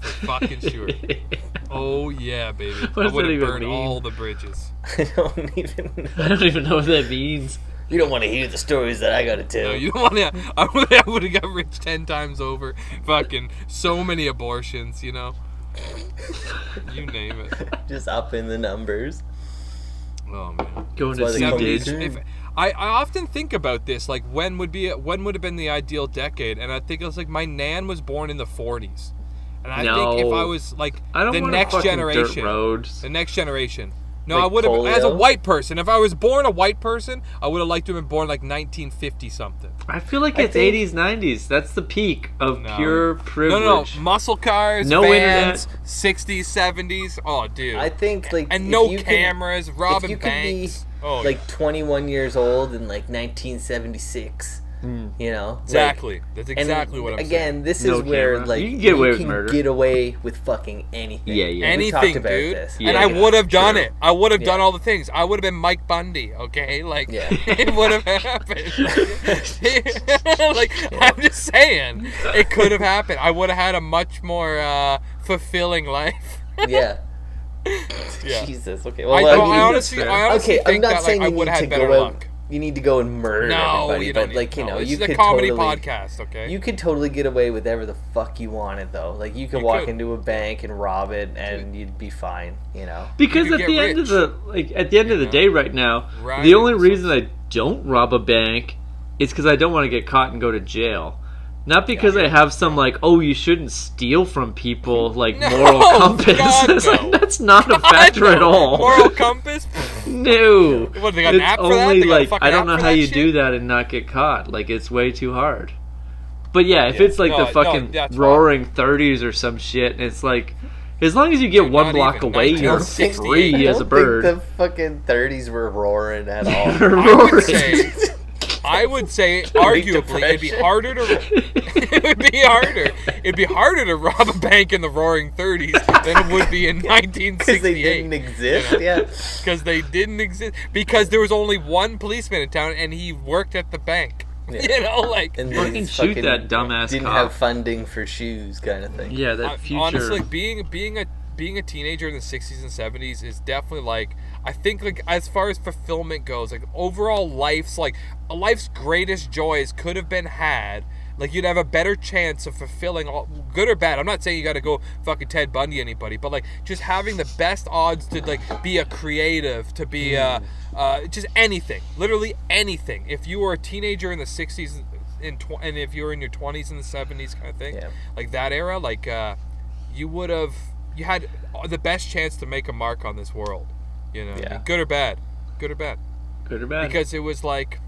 S4: For
S2: *laughs*
S4: fucking sure. oh yeah, baby. I
S2: What does that
S4: would have
S2: even
S4: burned
S2: mean?
S4: all the bridges.
S3: *laughs* I don't even.
S2: I don't even know what that means.
S3: You don't want to hear the stories that I gotta tell.
S4: No, *laughs* you don't want to. I would, I would have got rich ten times over. Fucking so many abortions, you know. you name it.
S3: Just up in the numbers.
S4: Oh man.
S2: Going
S3: why
S2: to
S3: they
S2: see
S3: call me
S2: Dave.
S3: Jim.
S4: If, I, I often think about this, like when would be when would have been the ideal decade, and I think it was like my nan was born in the forties, and I think if
S2: No.
S4: I was like
S2: I don't
S4: the
S2: want
S4: next
S2: fucking
S4: generation,
S2: dirt roads.
S4: The next generation. No,
S3: Like
S4: I would have as a
S3: polio?
S4: white person. If I was born a white person, I would have liked to have been born like 1950 something.
S2: I feel like
S3: I
S2: it's
S3: think-
S2: 80s, 90s. That's the peak of
S4: No.
S2: pure
S4: No, Mm-hmm.
S2: privilege.
S4: no, no. Muscle cars,
S2: No
S4: vans, 60s, 70s. Oh, dude.
S3: I think like
S4: and
S3: if
S4: no
S3: you could-
S4: cameras,
S3: if
S4: Robin
S3: you could be
S4: Banks. oh,
S3: like 21 years old in like 1976, you know,
S4: exactly. That's
S3: And
S4: exactly what I'm
S3: again,
S4: saying.
S3: this is
S2: Hmm. No
S3: where
S2: camera.
S3: like
S2: You can get away with murder.
S3: Get away with fucking anything.
S2: Yeah, yeah.
S3: We talked
S4: Anything,
S3: about
S4: dude.
S3: this.
S2: Yeah.
S4: and I would have done
S2: true.
S4: it. I would have done
S3: Yeah.
S4: all the things. I would have been Mike Bundy, okay? Like,
S3: Yeah.
S4: *laughs* it would have
S3: *laughs*
S4: happened. like, I'm just saying, it could have happened. I would have had a much more uh, fulfilling life.
S3: *laughs* yeah.
S4: *laughs* Yeah.
S3: Jesus. Okay.
S4: I,
S3: Well,
S4: I,
S3: like,
S2: mean, that's
S4: honestly,
S2: fair.
S4: I honestly
S3: okay. I'm
S4: think
S3: not
S4: that
S3: saying
S4: like, I
S3: you
S4: would
S3: need
S4: have
S3: to
S4: had better
S3: go out.
S4: luck.
S3: You need to go and murder
S4: No,
S3: everybody,
S4: you don't
S3: but
S4: need-
S3: like you
S4: no,
S3: know,
S4: this
S3: you
S4: is a
S3: could
S4: comedy
S3: totally.
S4: podcast, okay?
S3: *laughs* You could totally get away with whatever the fuck you wanted, though. Like you could
S4: You
S3: walk
S4: could.
S3: into a bank and rob it, and you'd be fine. You know.
S2: because
S4: You
S2: at
S4: could
S2: the
S4: get
S2: end of the like at the end of the
S4: know?
S2: day right now,
S4: Right.
S2: the only reason I don't rob a bank is cuz I don't want to get caught and go to jail. Not because I have some like, oh, you shouldn't steal from people, like
S4: *laughs* No,
S2: moral compass.
S4: God,
S2: *laughs* It's like,
S4: no.
S2: that's not
S4: *laughs*
S2: a factor at all.
S3: *laughs*
S4: Moral compass?
S2: no,
S4: What, they got an
S2: it's
S4: app for that?
S2: only
S4: They got a
S2: like
S4: fucking
S2: I don't
S4: app
S2: know
S4: for
S2: how
S4: that
S2: you
S4: shit?
S2: do that and not get caught. Like it's way too hard. But yeah, if
S3: Yeah.
S2: it's like
S4: No,
S2: the
S4: no,
S2: fucking
S4: that's wrong.
S2: roaring thirties or some shit, and it's like, as long as you get
S4: Dude,
S2: one
S4: not
S2: block
S4: even.
S2: away, you're
S4: 1968.
S2: free
S3: I
S2: as a
S3: don't
S2: bird. *laughs*
S3: Think the fucking 30s were roaring at *laughs* all.
S4: I would
S2: Roaring.
S4: say, I
S3: *laughs*
S4: would say, arguably, it'd be
S3: depression. *laughs*
S4: harder to. it would be harder. It'd be harder to rob a bank in the Roaring Thirties than it would be
S3: *laughs*
S4: in
S3: Because they didn't
S4: 1968
S3: exist. Yeah.
S4: because they didn't exist. Because there was only one policeman in town, and he worked at the bank.
S3: Yeah.
S4: *laughs* You know, like
S3: And
S2: Fucking
S3: these
S2: shoot that dumbass
S3: Didn't
S2: cop.
S3: have funding for shoes, kind of thing.
S2: yeah, that
S4: I-
S2: future.
S4: Honestly, being being a being a teenager in the 60s and 70s is definitely like I think like as far as fulfillment goes, like overall life's like life's greatest joys could have been had. Like you'd have a better chance of fulfilling all good or bad. I'm not saying you got to go fucking Ted Bundy anybody, but like just having the best odds to like be a creative, to be uh uh, just anything, literally anything. If you were a teenager in the 60s and, tw- and if you were in your 20s and the 70s kind of thing,
S3: Yeah.
S4: like that era, like uh, you would have you had the best chance to make a mark on this world, you know,
S3: Yeah.
S4: good or bad, good or bad,
S2: good or bad.
S4: because it was like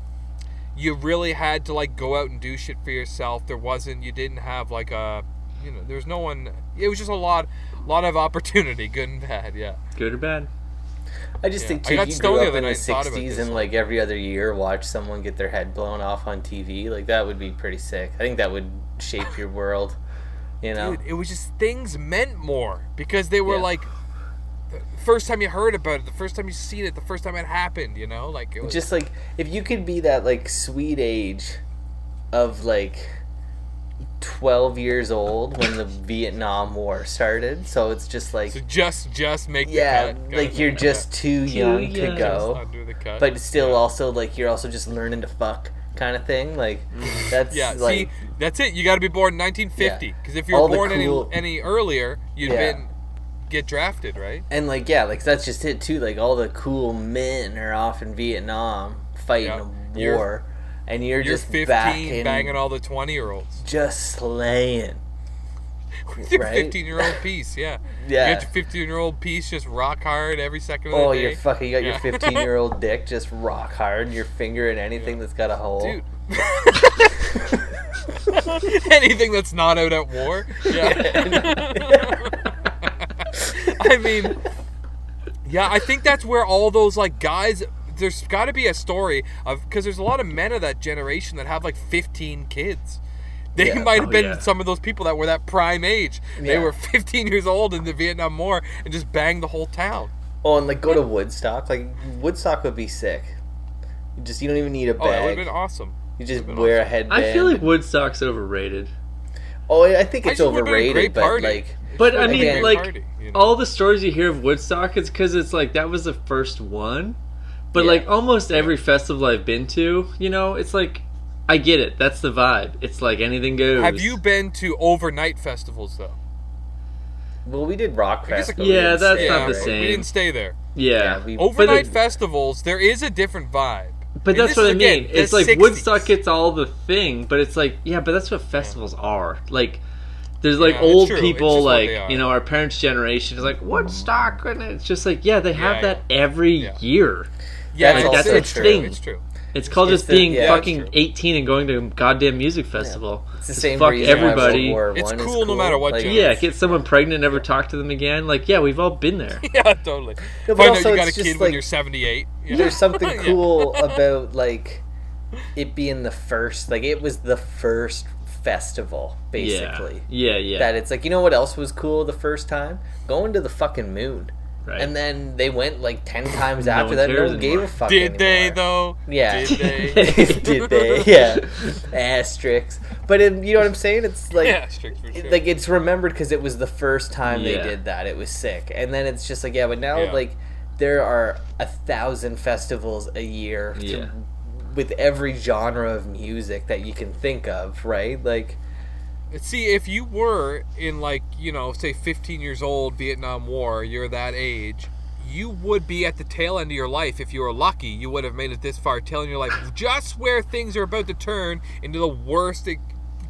S4: you really had to like go out and do shit for yourself. There wasn't you didn't have like a you know there was no one. It was just a lot lot of opportunity, *laughs* good and bad, yeah.
S2: good or bad.
S3: I just
S4: Yeah.
S3: think
S4: I
S3: too,
S4: got
S3: if you
S4: stoned
S3: grew
S4: the
S3: up
S4: other
S3: in the
S4: night and thought about
S3: 60s
S4: this.
S3: and like every other year watch someone get their head blown off on TV. Like that would be pretty sick. I think that would shape your world. You know,
S4: Dude, it was just things meant more because they were
S3: Yeah.
S4: like the first time you heard about it, the first time you seen it, the first time it happened, you know? Like it was
S3: just like if you could be that like sweet age of like 12 years old when the Vietnam War started, so it's just like
S4: so just just make
S3: yeah,
S4: the cut. Gotta
S3: like you're
S4: make the *laughs*
S3: just too young to
S2: young.
S4: cut. Just
S3: go,
S4: undo the cut.
S3: but still
S4: Yeah.
S3: also like you're also just learning to fuck kind of thing. Like that's
S4: Yeah,
S3: like
S4: see, that's it. You got to be born 1950
S3: Yeah.
S4: because if you
S3: All
S4: were
S3: the
S4: born
S3: cool-
S4: any any earlier, you'd
S3: Yeah.
S4: been get drafted, right?
S3: and like yeah, like that's just it too. Like all the cool men are off in Vietnam fighting
S4: Yeah.
S3: a war.
S4: You're-
S3: and you're,
S4: You're
S3: just
S4: 15
S3: back in,
S4: banging all the 20 year
S3: *laughs*
S4: olds.
S3: just slaying.
S4: Your
S3: Right?
S4: 15 year old piece, yeah.
S3: Yeah.
S4: You got your 15 year old piece just rock hard every second of the
S3: Oh,
S4: day.
S3: you're fucking. You got
S4: Yeah.
S3: your 15 year
S4: *laughs*
S3: old dick just rock hard. Your finger in anything that's got a hole.
S2: *laughs*
S4: Dude. Anything that's not out at war.
S2: *laughs*
S4: Yeah. I mean, yeah, I think that's where all those like guys. There's got to be a story of because there's a lot of men of that generation that have like 15 kids. They
S3: Yeah.
S4: might have
S2: Oh,
S4: been
S2: yeah.
S4: some of those people that were that prime age. They
S3: Yeah.
S4: were 15 years old in the Vietnam War and just banged the whole town.
S3: Oh, and like go to Woodstock. Like Woodstock would be sick. You just you don't even need a
S4: Oh, that would
S3: bag.
S4: have been awesome.
S3: you just
S4: been
S3: wear a
S4: awesome.
S3: headband.
S2: I feel like Woodstock's overrated.
S3: Oh, I think it's
S4: I just would've been a
S3: overrated,
S4: great
S3: but
S4: party.
S3: like
S2: But I
S4: Would've been a
S2: mean,
S4: great
S2: like
S4: party, you know?
S2: all the stories you hear of Woodstock, it's because it's like that was the first one. But
S3: Yeah.
S2: like almost every festival I've been to, you know, it's like I get it. That's the vibe. It's like anything goes.
S4: Have you been to overnight festivals though?
S3: well, we did Rock
S4: guess
S3: Fest.
S4: it-
S3: but we
S2: Yeah,
S3: didn't
S2: that's
S3: stay,
S2: not the
S3: right?
S2: same.
S4: We didn't stay there.
S2: Yeah.
S3: Yeah, we-
S4: Overnight
S2: but, it-
S4: festivals, there is a different vibe.
S2: but
S4: and
S2: that's
S4: this
S2: what
S4: is
S2: I
S4: again,
S2: mean. It's
S4: the
S2: like
S4: 60s.
S2: Woodstock gets all the thing, but it's like yeah, but that's what festivals are. Like there's like
S4: Yeah, it's
S2: old
S4: true. It's
S2: people
S4: just what they
S2: like
S4: are. Mm-hmm.
S2: you know our parents' generation is like Woodstock, and it's just like yeah, they have
S4: Yeah,
S2: that every
S4: Yeah.
S2: year.
S4: Yeah,
S3: That's
S4: it's,
S2: also
S4: it's
S2: true.
S4: true. It's true.
S2: It's called
S3: It's
S2: just
S3: the-
S2: being
S3: yeah, it's
S2: fucking
S4: true.
S2: 18 and going to a goddamn music festival.
S3: It's the
S2: Just
S3: same
S2: fuck
S3: reason why World
S2: everybody.
S3: War
S4: It's
S3: I is
S4: cool no matter what
S3: Like,
S4: you-
S2: Yeah, get someone pregnant and never talk to them again. Like, yeah, we've all been there.
S4: *laughs* Yeah, totally.
S3: No, but
S4: Find
S3: also
S4: out you got a
S3: it's
S4: kid
S3: just
S4: when
S3: like-
S4: you're 78. Yeah. *laughs*
S3: there's something
S4: Yeah.
S3: cool about like it being the first. Like it was the first festival, *laughs* basically.
S2: Yeah, yeah, yeah.
S3: that it's like you know what else was cool the first time going to the fucking moon
S2: right.
S3: and then they went like 10 times
S2: *laughs* No
S3: after
S2: one
S3: that no
S2: cares
S3: one gave
S2: anymore.
S3: a fuck
S4: Did they
S3: anymore.
S4: though?
S3: yeah
S4: Did they?
S3: *laughs* did they yeah asterisks but it, you know what i'm saying
S4: *laughs*
S3: it's like
S4: yeah, strict for sure.
S3: it- like it's remembered because it was the first time
S2: Yeah.
S3: they did that it was sick and then it's just like yeah but now
S4: Yeah.
S3: like there are a thousand festivals a year to-
S2: Yeah.
S3: with every genre of music that you can think of right like
S4: See, if you were in like you know, say 15 years old, Vietnam War, you're that age. You would be at the tail end of your life if you were lucky. You would have made it this far, tail end of your life, just where things are about to turn into the worst e-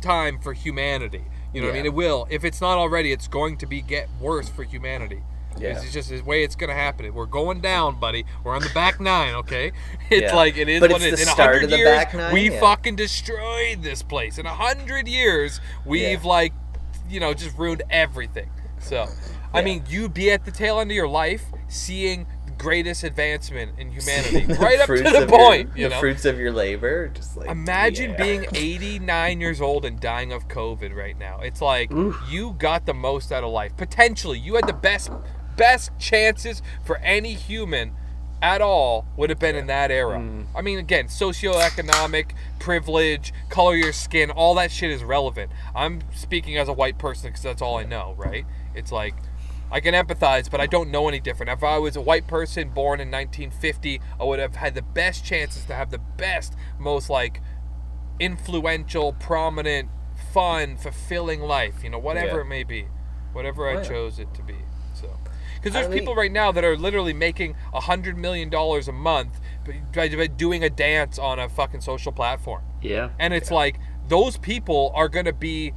S4: time for humanity. You know what I
S3: Yeah.
S4: mean? It will. If it's not already, it's going to be get worse for humanity.
S3: Yeah.
S4: It's just the way it's going to happen. We're going down, buddy. We're on the back nine, okay? *laughs* It's
S3: Yeah.
S4: like it is
S3: But
S4: what
S3: it's
S4: it is.
S3: the
S4: In a
S3: start
S4: hundred
S3: of the
S4: years,
S3: back nine,
S4: we
S3: yeah.
S4: fucking destroyed this place. In a hundred years, we've
S3: Yeah.
S4: like, you know, just ruined everything. So, I
S3: Yeah.
S4: mean, you'd be at the tail end of your life seeing the greatest advancement
S3: *laughs*
S4: in humanity, right up to
S3: fruits
S4: the
S3: of your-
S4: point. you
S3: the
S4: know,
S3: fruits of your labor, just like
S4: imagine
S3: yeah.
S4: being 89 years old and dying of COVID right now. It's like you got the most out of life. Potentially, you had the best best chances for any human at all would have been in that era. I mean, again, socioeconomic privilege, color of your skin, all that shit is relevant. I'm speaking as a white person because that's all I know, right? It's like I can empathize, but I don't know any different. If I was a white person born in 1950, I would have had the best chances to have the best, most like influential, prominent, fun, fulfilling life. You know, whatever
S3: Yeah.
S4: it may be, whatever I
S3: yeah.
S4: chose it to be. So, because
S3: I
S4: there's
S3: mean-
S4: people right now that are literally making a hundred million dollars a month by- by by doing a dance on a fucking social platform.
S2: yeah.
S4: And it's like those people are going to be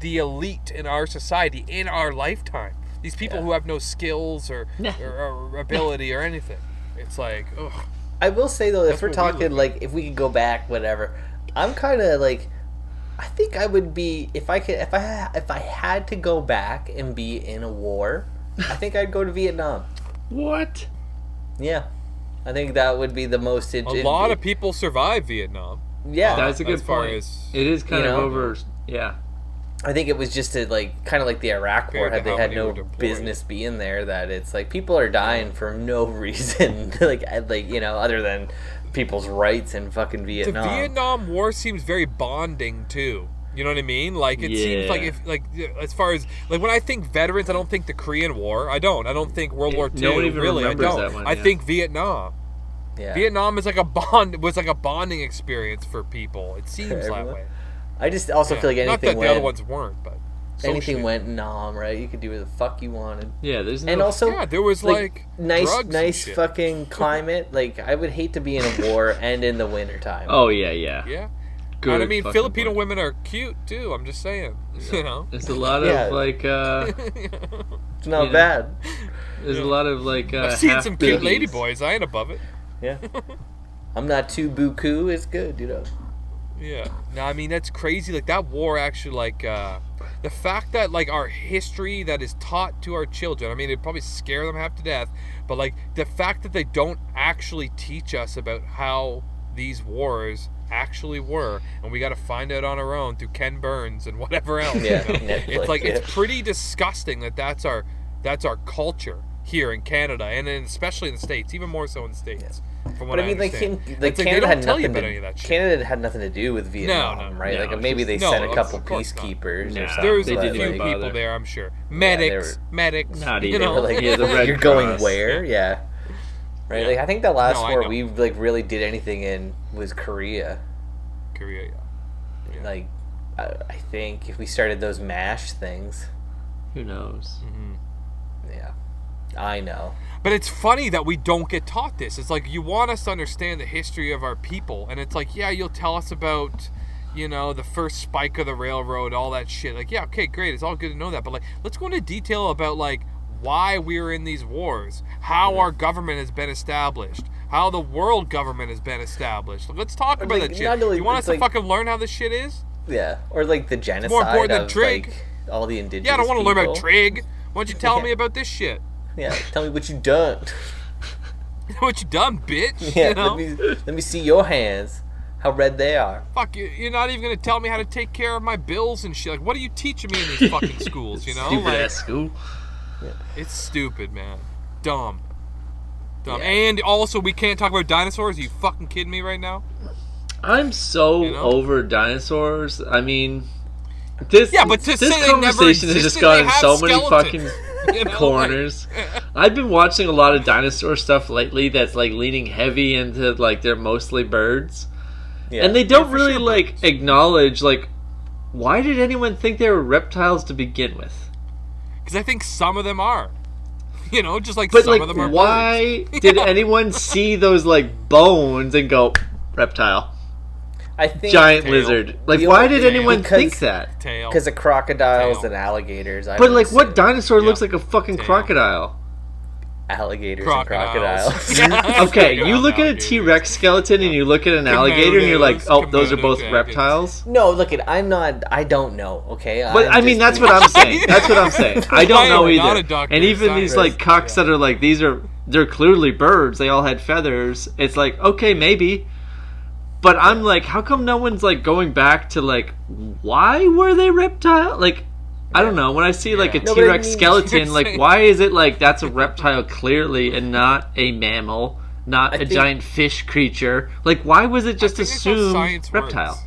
S4: the elite in our society in our lifetime. These people who have no skills or, or, or ability or anything. It's like, ugh.
S3: I will say though, if we're
S4: what we
S3: talking like if we could go back, whatever, I'm kind of like, I think I would be if I could if I ha- if I had to go back and be in a war, I think I'd go to Vietnam.
S2: What?
S3: Yeah, I think that would be the most.
S4: a lot of people survive Vietnam.
S3: yeah.
S2: That's a
S4: As
S2: good
S4: far
S2: point.
S4: as-
S2: it is kind
S3: You
S2: of
S3: know?
S2: over. Yeah.
S3: I think it was just to like kind of like the Iraq
S4: Compared
S3: War
S4: to
S3: had they
S4: how
S3: had
S4: many
S3: no
S4: were deployed.
S3: business being there that it's like people are dying for no *laughs* reason like I- like you know other than people's rights in fucking
S4: the
S3: Vietnam.
S4: Vietnam War seems very bonding too. You know what I mean? Like it seems
S2: Yeah.
S4: like if like yeah, as far as like when I think veterans, I don't think the Korean War. I don't. I don't think World
S2: Yeah,
S4: War II.
S2: no one even
S4: really, I
S2: remembers
S4: don't.
S2: that one,
S4: I
S2: yeah.
S4: think Vietnam.
S3: yeah.
S4: Vietnam is like a bond was like a bonding experience for people. It seems that
S3: everyone.
S4: way.
S3: I just also
S4: Yeah.
S3: feel like
S4: Not that
S3: anything
S4: the other
S3: went
S4: ones weren't, but so
S3: anything
S4: shit.
S3: went nom right. You could do what the fuck you wanted.
S2: Yeah, there's no
S3: and also
S4: yeah, there was, like,
S3: nice
S4: drugs and
S3: nice
S4: shit. *laughs*
S3: fucking climate like i would hate to be in a war and in the wintertime
S2: Oh yeah, yeah.
S4: Yeah.
S2: Good.
S4: and I mean,
S2: fucking
S4: Filipino
S2: point.
S4: women are cute too. I'm just saying. *laughs* You know.
S2: There's a lot
S3: Yeah.
S2: of like. uh
S3: it's not
S2: yeah.
S3: bad *laughs*
S2: There's a lot of like. Uh,
S4: I've seen
S2: half
S4: some cute
S2: biggies.
S4: lady boys. I ain't above it. *laughs*
S3: yeah i'm not too buku it's good you know
S4: Yeah. No, I mean that's crazy. Like that war actually like uh the fact that like our history that is taught to our children, I mean it probably scare them half to death, but like the fact that they don't actually teach us about how these wars actually were and we got to find out on our own through Ken Burns
S3: *laughs*
S4: and whatever else. you
S3: Yeah,
S4: know? It's
S3: Netflix,
S4: like
S3: yeah.
S4: it's pretty disgusting that that's our that's our culture here in Canada and in, especially in the states, even more so in the states. From what
S3: but i mean like,
S4: understand.
S3: can,
S4: It's
S3: like
S4: they
S3: canada
S4: don't
S3: had
S4: tell you
S3: nothing
S4: about
S3: to,
S4: any of that shit.
S3: canada had nothing to do with vietnam right
S2: no,
S3: like
S2: it's
S3: maybe they
S4: just-
S3: sent
S4: no,
S3: a
S4: of
S3: couple
S4: course not.
S3: peacekeepers
S2: Nah,
S3: or something
S4: There was a
S3: but,
S2: They
S4: few
S3: like, *laughs*
S2: didn't bother.
S4: people there, I'm sure.
S3: they
S4: Medics,
S3: were-
S4: medics.
S2: Not
S4: you
S2: even,
S4: know?
S2: like, yeah, the
S3: *laughs*
S2: Red
S3: you're going
S2: Cross.
S3: where yeah right like i think the last
S4: No, I
S3: war
S4: know.
S3: we like really did anything in was korea
S4: Korea. yeah.
S3: like I, I think if we started those mash things
S2: Who knows?
S3: yeah i know
S4: But it's funny that we don't get taught this. It's like you want us to understand the history of our people, and it's like, yeah, you'll tell us about, you know, the first spike of the railroad, all that shit. Like, yeah, okay, great, it's all good to know that, but like, let's go into detail about like why we were in these wars, how our government has been established. How the world government has been established. Let's talk about
S3: like,
S4: that
S3: not
S4: shit.
S3: only-
S4: you want us
S3: it's
S4: to
S3: like-
S4: fucking learn how this shit is?
S3: yeah or like the genocide
S4: important than
S3: of
S4: trig.
S3: like all the indigenous
S4: Yeah, I don't want to learn about
S3: people.
S4: trig. Why don't you tell
S3: Yeah.
S4: me about this shit? *laughs*
S3: yeah tell me what you done *laughs*
S4: what you done,
S2: *laughs*
S4: bitch?
S3: yeah
S4: you know?
S3: let me let me see your hands how red they are
S4: Fuck you! You're not even gonna tell me how to take care of my bills and shit. Like, what are you teaching me in these
S2: *laughs*
S4: fucking schools? You know,
S2: Stupid
S4: like,
S2: ass school.
S4: it's stupid, man. Dumb, dumb.
S3: Yeah.
S4: And also, we can't talk about dinosaurs. Are you fucking kidding me right now? *laughs*
S2: I'm so
S4: You know?
S2: over dinosaurs. I mean, this
S4: Yeah, but to
S2: this
S4: say they never
S2: conversation has just
S4: existed,
S2: gone
S4: they
S2: in
S4: have
S2: so many fucking
S4: skeletons. *laughs* You know, like- *laughs*
S2: corners. I've been watching a lot of dinosaur stuff lately that's like leaning heavy into like they're mostly birds,
S3: yeah
S2: and they don't
S4: for
S2: really
S4: sure
S2: like
S4: birds.
S2: acknowledge like why did anyone think they were reptiles to begin with?
S4: Because I think some of them are. *laughs* You know, just like
S2: But
S4: some of them are.
S2: like, why *laughs* did anyone see those like bones and go reptile,
S3: i think
S2: giant
S4: Tail.
S2: lizard? Like,
S3: The
S2: why
S3: only-
S2: did anyone
S3: Because-
S2: think that?
S4: birds. Tail.
S3: because of crocodiles
S4: Tail.
S3: and alligators I would
S2: But like, what
S3: assume.
S2: dinosaur looks
S4: Yeah.
S2: like a fucking
S4: Tail.
S2: crocodile?
S3: alligators
S4: Crocodiles.
S2: *laughs*
S3: and crocodiles
S4: Yeah,
S2: Okay, you
S4: crocodile
S2: look at a
S4: alligators.
S2: T Rex skeleton and you look at an alligator and you're like,
S4: Komodos,
S2: oh, those are
S4: Komodo
S2: both
S4: dragons.
S2: reptiles.
S3: no look at i'm not i don't know okay
S2: But I mean, that's what I'm saying.
S4: *laughs*
S2: That's what I'm saying. I don't
S4: I
S2: know
S4: am not
S2: either.
S4: a doctor
S2: And
S4: of
S2: even these
S4: science.
S2: like cocks that are like these are they're clearly birds. They all had feathers. It's like okay, maybe. But I'm like, how come no one's like going back to like why were they reptile? Like I don't know. When I see like a
S3: No, but I
S2: T Rex
S3: mean-
S2: skeleton,
S4: *laughs* You're
S2: like
S4: saying-
S2: why is it like that's a reptile clearly and not a mammal, not a
S3: think-
S2: giant fish creature? Like why was it just
S4: think that's how
S2: assumed
S4: science works.
S2: reptile?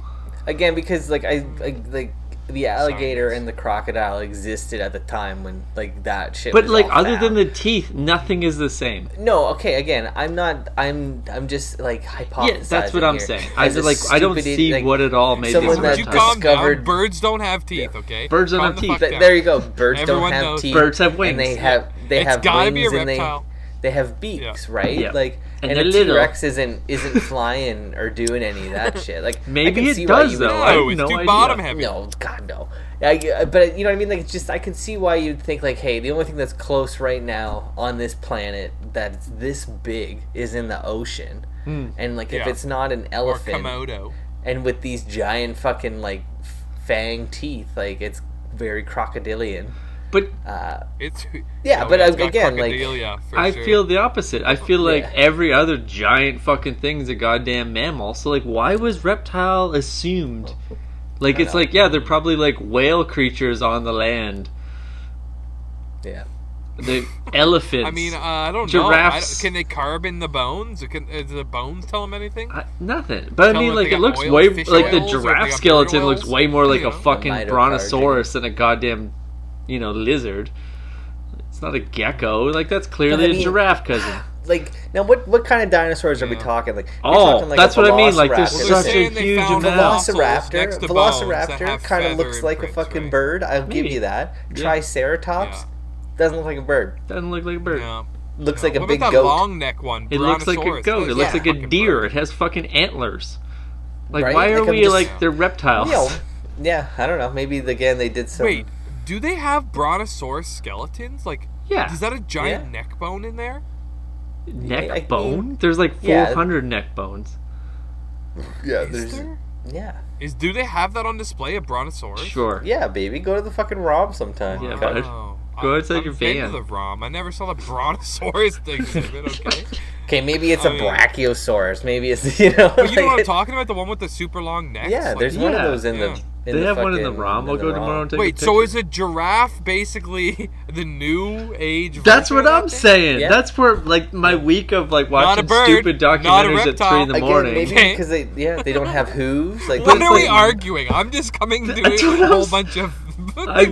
S3: again because like I like like the alligator and the crocodile existed at the time when like that shit.
S2: But
S3: was
S2: like
S3: all
S2: other than
S3: found.
S2: the teeth, nothing is the same.
S3: no, okay, again, I'm not. I'm I'm just like hypothesizing.
S2: Yeah, that's what I'm
S3: here.
S2: saying. I
S3: As a
S2: like I don't
S3: stupid,
S2: see
S3: like,
S2: what at all made
S3: someone
S2: these
S4: Would
S3: that
S4: you
S2: reptiles.
S4: calm down?
S3: discovered-
S4: Birds don't have teeth, okay?
S2: Birds don't
S4: Calm
S2: have
S4: the
S2: teeth.
S4: fuck
S2: Th-
S4: down.
S3: There you go. Birds
S4: Everyone
S3: don't have
S4: knows.
S3: teeth.
S2: Birds have wings.
S3: And they have they
S4: It's
S3: have
S4: gotta be a
S3: wings and they
S4: reptile.
S3: they have beaks,
S4: Yeah.
S3: right?
S2: Yeah.
S3: Like
S2: And
S3: and,
S2: they're
S3: a
S2: little.
S3: T Rex isn't isn't flying or doing any of
S4: *laughs*
S3: that shit. Like I
S2: Maybe
S3: can
S2: it
S3: see why
S2: does,
S3: you would
S2: though.
S4: No,
S2: I have
S4: it's
S2: no
S4: too
S2: idea.
S4: bottom heavy.
S3: No, God, no. I, uh, but you know what I mean. Like, it's just I can see why you'd think like, hey, the only thing that's close right now on this planet that's this big is in the ocean, and like if
S4: Hmm. Yeah.
S3: it's not an
S4: Or
S3: elephant,
S4: Komodo.
S3: and with these giant fucking like fang teeth, like it's very crocodilian.
S2: But
S3: Uh,
S4: It's
S3: *laughs*
S4: *laughs*
S3: Yeah,
S4: Oh,
S3: but, uh,
S4: it's got
S3: again, like,
S4: crocodilia, for
S2: I
S4: sure.
S2: feel the opposite. I feel like
S3: Yeah.
S2: every other giant fucking thing's a goddamn mammal. So like why was reptile assumed Like it's
S3: know.
S2: like yeah, they're probably like whale creatures on the land.
S3: Yeah.
S4: *laughs*
S2: The elephants.
S4: I mean, uh, I don't know. I
S2: Giraffes.
S4: don't, can they carve in the bones? Can, is the bones tell them anything?
S2: I- nothing. But I
S4: Tell
S2: mean,
S4: them if
S2: like
S4: they
S2: it
S4: got
S2: looks
S4: oil-
S2: way
S4: fish
S2: like
S4: oils, or
S2: the
S4: if they got
S2: giraffe
S4: bird
S2: skeleton looks
S4: oils,
S2: way more like
S4: you
S2: a
S4: know.
S2: fucking
S3: Mitochondria.
S2: brontosaurus than a goddamn, you know, lizard. It's not a gecko. Like that's clearly
S3: mean-
S2: a giraffe cousin.
S3: Like now, what what kind of dinosaurs are we
S4: Yeah.
S3: talking? Like we're
S2: Oh,
S3: talking
S2: that's what I mean, like,
S3: velociraptor.
S2: there's
S4: Well,
S2: such
S4: they're
S2: a
S4: saying they
S2: huge
S4: found
S2: amount.
S4: fossils
S3: Velociraptor,
S4: next to bones that
S3: Velociraptor
S4: have
S3: kind
S4: feather
S3: of looks like a
S4: imprints,
S3: fucking
S4: right?
S3: bird. I'll give
S2: Maybe.
S3: you that.
S2: Yeah.
S3: Triceratops doesn't look like a bird.
S2: Doesn't look like a bird.
S4: Yeah.
S3: Looks like
S4: What
S3: a
S4: about
S3: big
S4: that
S3: goat.
S4: long neck one?
S2: It looks like a
S4: Brontosaurus.
S2: goat. It
S3: Yeah.
S2: looks like a
S4: fucking
S2: deer.
S4: bird.
S2: It has fucking antlers. Like
S3: Right?
S2: why are
S3: Like, I'm
S2: we
S3: just-
S2: like they're reptiles?
S3: You know, yeah, I don't know. Maybe again they did some.
S4: Wait, do they have brontosaurus skeletons? Like,
S2: *laughs* Yeah.
S4: is that a giant
S3: Yeah.
S4: neck bone in there?
S2: neck
S3: I mean-
S2: bone? There's like
S3: Yeah.
S2: 400 neck bones.
S3: yeah,
S4: Is there?
S3: yeah,
S4: Is do they have that on display? A brontosaurus?
S2: Sure.
S3: yeah, baby. Go to the fucking ROM sometime.
S2: Yeah,
S3: God.
S2: bud.
S4: Wow.
S2: Go
S4: I-
S2: outside
S4: I've
S2: your
S4: been to
S2: van.
S4: the ROM. I never saw the brontosaurus thing.
S2: *laughs*
S4: exhibit, Okay.
S3: Okay, maybe it's a
S4: I mean-
S3: brachiosaurus. Maybe it's *laughs* you know.
S4: But Oh, you know
S3: like
S4: what I'm
S3: it-
S4: talking about? The one with the super long neck.
S3: Yeah, there's one of
S2: Yeah,
S3: those in
S4: yeah.
S3: the. In
S2: they
S3: the
S2: have one in the
S3: fucking-
S2: ROM. I'll
S3: in
S2: go
S3: the
S2: tomorrow and take
S4: Wait,
S2: a
S4: so
S2: picture.
S4: is a giraffe basically *laughs* the new age?
S2: That's
S4: version
S2: what
S4: of that
S2: I'm
S4: thing?
S2: saying.
S3: Yeah.
S2: That's where like my week of like
S4: Not a
S2: watching
S4: bird,
S2: stupid
S4: not a
S2: documentaries at
S4: reptile.
S2: three in the
S4: Again,
S2: morning.
S3: Again, maybe
S4: Okay.
S3: because they yeah they don't have hooves. Like
S4: What
S3: they-
S4: are we
S3: they-
S4: arguing? I'm just coming to
S2: That's what
S4: a
S2: I
S4: whole
S2: was-
S4: bunch of.
S2: I've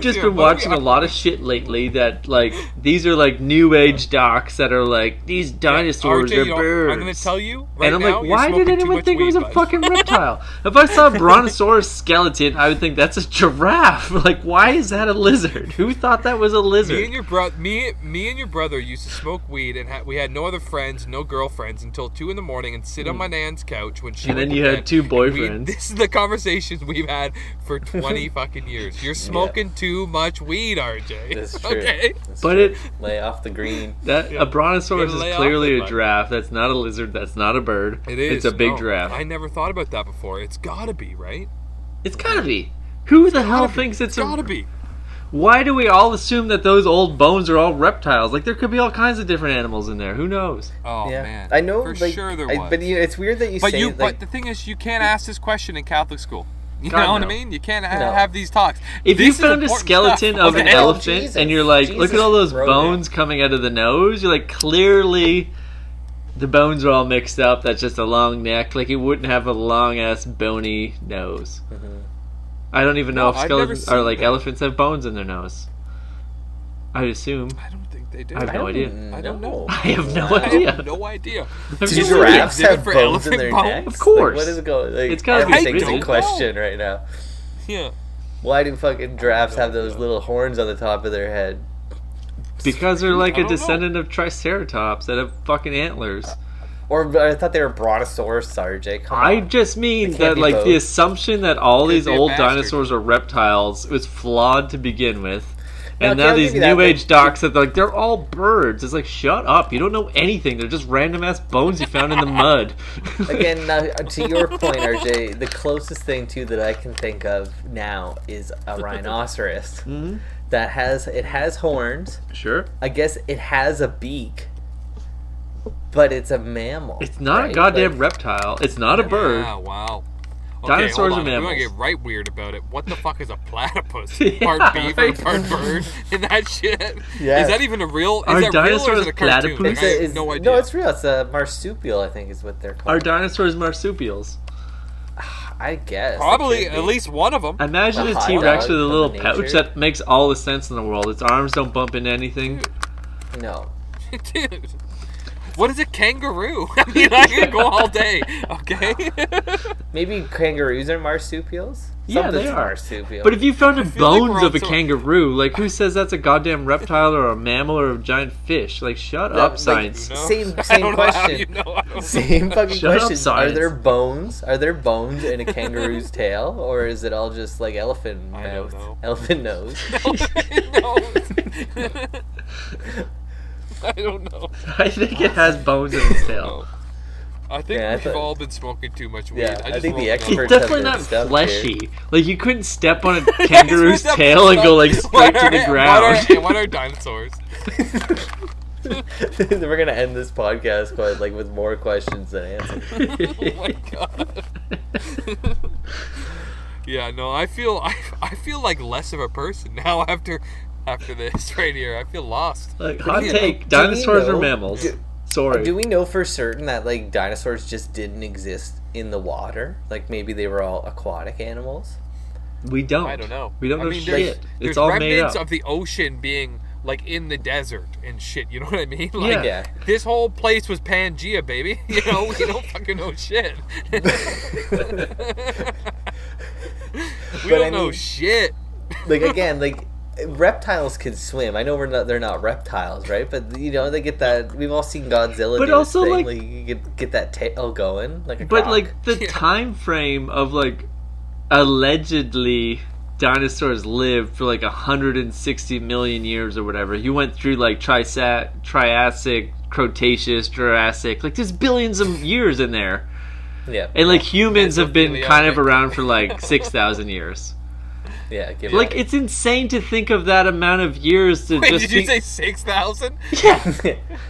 S4: *laughs*
S2: just been watching a lot of shit lately that like these are like new age docs that are like these dinosaurs
S4: RJ,
S2: are
S4: you don't-
S2: birds.
S4: I'm gonna tell you right
S2: and I'm
S4: now.
S2: like,
S4: you're
S2: why
S4: smoking too
S2: did anyone
S4: much
S2: think it was
S4: weed,
S2: a
S4: bud. *laughs*
S2: fucking reptile? if I saw a brontosaurus skeleton, I would think that's a giraffe. *laughs* Like, why is that a lizard? Who thought that was a
S4: Me and
S2: lizard?
S4: your bro, me, me and your brother used to smoke weed, and ha- we had no other friends, no girlfriends, until two in the morning, and sit on my nan's couch when she.
S2: Hmm. And then
S4: went to
S2: you had
S4: bed,
S2: two
S4: and *laughs* we-
S2: boyfriends.
S4: this is the conversations we've had
S2: *laughs*
S4: for twenty fucking years. You're smoking too much weed, RJ. *laughs*
S3: That's true.
S4: Okay.
S3: That's
S2: But
S3: true.
S2: it
S3: lay off the green.
S2: that a brontosaurus
S4: You gotta lay
S2: is
S4: off
S2: clearly
S4: it,
S2: a
S4: bud.
S2: giraffe. That's not a lizard. That's not a bird.
S4: It is.
S2: It's a big
S4: no,
S2: giraffe.
S4: I never thought about that before. It's gotta be right.
S2: It's gotta be. Who the hell
S4: Gotta be.
S2: thinks it's
S4: gotta
S2: a?
S4: be.
S2: Why do we all assume that those old bones are all reptiles? Like there could be all kinds of different animals in there. Who knows?
S4: Oh
S3: yeah,
S4: man,
S3: I know.
S4: for
S3: like,
S4: sure there
S3: I-
S4: was.
S3: but you know, it's weird that you
S4: But
S3: say
S4: you,
S3: like
S4: but the thing is, you can't ask this question in Catholic school. *laughs* You
S2: God,
S4: know what
S2: no.
S4: I mean? You can't ha-
S3: No.
S4: have these talks.
S2: If you
S4: This is
S2: found a
S4: important
S2: skeleton
S4: stuff.
S2: of an
S4: Okay. Oh,
S3: hell,
S2: elephant
S3: Jesus.
S2: and you're like, look at
S3: Jesus
S2: all those
S3: wrote it."
S2: bones coming out of the nose, you're like, clearly the bones are all mixed up. That's just a long neck. Like, it wouldn't have a long ass bony nose. I don't even know
S4: Mm-hmm. No,
S2: if
S4: I've never
S2: skeletons or
S4: seen
S2: like
S4: that.
S2: elephants have bones in their nose. I assume.
S4: I don't think they do.
S2: I have no
S3: mm, don't
S2: idea.
S4: I don't know. *laughs*
S2: *laughs* I have no
S4: I
S2: *laughs*
S4: have
S2: idea.
S4: no idea.
S2: I *laughs* have
S3: do
S2: no idea.
S3: giraffes
S4: exhibit
S3: have
S4: for
S3: bones in
S4: elephant
S3: their
S4: bones?
S3: necks?
S2: Of course.
S3: Like, what is going? Like,
S2: It's gotta be
S3: everything's
S2: ridiculous.
S3: in question right now.
S4: Yeah.
S3: Why do fucking giraffes have those little horns on the top of their head?
S2: Because they're like
S4: I
S2: a
S4: don't know.
S2: descendant of Triceratops that have fucking antlers.
S3: Or but I thought they were brontosaurus, RJ. Come
S2: I
S3: on.
S2: just mean
S3: They can't
S2: that,
S3: be
S2: like,
S3: both.
S2: the assumption that all
S4: Could
S2: these
S4: be a
S2: old
S4: bastard.
S2: dinosaurs are reptiles was flawed to begin with. And
S3: okay,
S2: now
S3: I'll
S2: these
S3: give you that,
S2: new
S3: but-
S2: age docs that like they're all birds. It's like shut up, you don't know anything. They're just random ass bones you found
S3: *laughs*
S2: in the mud.
S3: Again, now, to your point, RJ, the closest thing to that I can think of now is
S2: *laughs*
S3: a rhinoceros
S2: Mm-hmm.
S3: that has it has horns.
S2: *laughs* sure,
S3: I guess it has a beak, but it's a mammal.
S2: it's not
S3: right?
S2: a goddamn
S3: Like,
S2: reptile. It's not a bird.
S4: Yeah, wow. Okay,
S2: Dinosaurs
S4: hold on.
S2: are
S4: We're gonna
S2: mammals.
S4: get right weird about it. What the fuck is a
S2: *laughs*
S4: platypus?
S2: Yeah,
S4: part beaver,
S2: right.
S4: part bird, and that shit.
S3: Yeah.
S4: Is that even a real? Is
S2: Are
S4: that real or is
S2: dinosaurs
S4: it a cartoon? Like,
S2: platypus?
S4: I have
S3: it's-
S4: no idea.
S3: No, it's real. It's a marsupial, I think, is what they're
S2: Are
S3: called.
S2: dinosaurs marsupials?
S3: I guess it
S4: probably
S3: could be.
S4: at least one of them.
S3: *laughs*
S2: Imagine
S3: A
S2: a
S3: hot
S2: T Rex
S3: dog
S2: with a
S3: from
S2: little
S3: the
S2: pouch
S3: nature?
S2: that makes all the sense in the world. Its arms don't bump into anything.
S3: no.
S4: *laughs* Dude. What is a kangaroo? *laughs* I mean, I could go all day. Okay.
S3: Maybe kangaroos are marsupials.
S2: Yeah,
S3: Something's
S2: they are.
S3: Marsupial.
S2: But if you found the
S4: feel like we're
S2: bones
S4: on
S2: of a
S4: to-
S2: kangaroo, like who says that's a goddamn reptile or a mammal or a giant fish? Like shut
S3: That-
S2: up,
S3: like,
S2: science. *laughs*
S4: No.
S3: Same-
S4: *laughs* I
S3: same
S4: don't know how
S3: question.
S4: you know. I don't-
S3: Same fucking
S2: Shut up,
S3: question. are
S2: science.
S3: there bones? Are there bones in a
S2: *laughs*
S3: kangaroo's tail, or is it all just like elephant
S4: I
S3: mouth?
S4: don't know.
S3: Elephant nose. *laughs*
S4: *laughs*
S3: *laughs*
S4: I don't know.
S2: I think it has bones in
S4: *laughs*
S2: its tail.
S4: I think
S3: Yeah, I
S4: we've
S3: thought-
S4: all been smoking too much weed.
S3: Yeah, I
S4: I, just
S3: think the
S4: rolled it up.
S3: expert-
S2: It's definitely
S3: Something
S2: not
S3: stuff
S2: fleshy. Like you couldn't
S4: *laughs*
S2: step on a
S3: *laughs*
S2: *laughs* kangaroo's
S4: What the
S2: tail and go like
S4: fuck?
S2: straight to
S4: What
S2: the
S4: are-
S2: ground. *laughs*
S4: What are, what
S3: *laughs*
S4: are dinosaurs?
S3: We're gonna end this podcast quite like with more questions than answers.
S4: Oh my god. *laughs* Yeah, no, I feel I, I feel like less of a person *laughs* now after after this right here. I feel lost.
S2: Like hot
S3: we- do
S2: take:
S3: we
S2: dinosaurs are
S3: know-
S2: mammals.
S3: do-
S2: Sorry.
S3: Do we know for certain that like dinosaurs just didn't exist in the water? Like maybe they were all aquatic animals.
S2: We don't.
S4: I don't know.
S2: We don't
S4: I
S2: know
S4: mean, there's-
S2: shit.
S4: There's
S2: It's all made
S4: remnants
S2: up.
S4: of the ocean being like in the desert and shit. You know what I mean? *laughs* Like,
S2: Yeah.
S3: Yeah.
S4: This whole place was Pangea, baby. *laughs* You know, we
S2: *laughs*
S4: don't fucking know shit. *laughs* we don't
S3: I
S4: know
S3: mean-
S4: shit. *laughs*
S3: Like
S2: *laughs*
S3: again, like reptiles can swim. I know we're not they're not reptiles, right? But you know they get that we've all seen Godzilla
S2: But
S3: do
S2: also,
S3: his thing.
S2: like-
S3: like you get get that tail going like a
S2: but
S3: croc.
S2: like the
S4: Yeah.
S2: time frame of like allegedly dinosaurs lived for like 160 million years or whatever you went through like trisat triassic cretaceous jurassic like there's billions of years in there
S3: yeah.
S2: and like humans have been
S4: Mesothelioma.
S2: kind of around for like 6000 years
S3: yeah, give
S2: like it's insane to think of that amount of years to
S4: Wait,
S2: just
S4: did you
S2: be- *laughs*
S4: say six thousand?
S3: *laughs* that's, what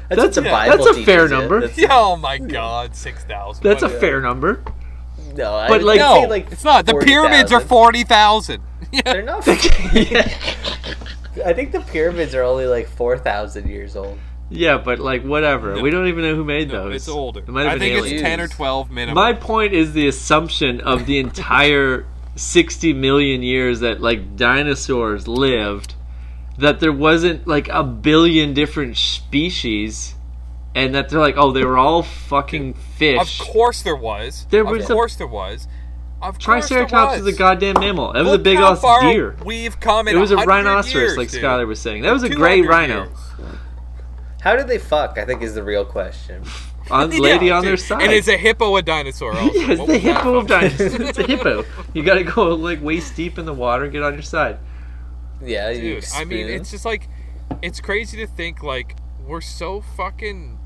S2: that's-
S3: the
S2: yeah,
S3: Bible
S2: that's a
S3: teaches
S2: fair
S3: you.
S2: number.
S3: That's-
S4: Yeah, oh my god, six thousand.
S2: that's a fair number *laughs*
S3: No, I
S2: But,
S3: would
S2: like-
S3: say,
S4: No,
S3: like,
S4: it's not. The pyramids are
S3: 40,000.
S4: forty thousand. *laughs* Yeah.
S3: *laughs* They're not.
S2: yeah.
S3: I think the pyramids are only like four thousand years old.
S2: yeah but like whatever we don't even know who made
S4: No,
S2: those
S4: it's older.
S2: it might have
S4: I
S2: been
S4: think
S2: aliens.
S4: it's ten or twelve minimum.
S2: My point is the assumption of the entire 60 million years that like dinosaurs lived that there wasn't like a billion different species and that they're like oh they were all fucking
S4: Of
S2: fish.
S4: course there was.
S2: There
S4: of
S2: was a-
S4: course there was. Of course there
S2: Triceratops is a
S4: was.
S2: goddamn mammal. That was
S4: Look
S2: a big
S4: how
S2: ass
S4: far
S2: deer.
S4: We've come in
S2: It was a
S4: 100
S2: rhinoceros
S4: years,
S2: like
S4: dude.
S2: Skylar was saying. That was a great
S4: 200
S2: rhino.
S4: years.
S3: How did they fuck? I think is the real question.
S2: *laughs* On
S4: Yeah,
S2: lady on their
S4: dude.
S2: side.
S4: And
S2: *laughs*
S4: it's Oh, a hippo a dinosaur also.
S2: yeah, it's
S4: What
S2: the
S4: was that
S2: hippo of
S4: about? *laughs*
S2: dinosaurs. It's a hippo. You gotta go like waist deep in the water and get on your side.
S3: Yeah, you
S4: Dude, I mean,
S3: spoon.
S4: it's just like, it's crazy to think like we're so fucking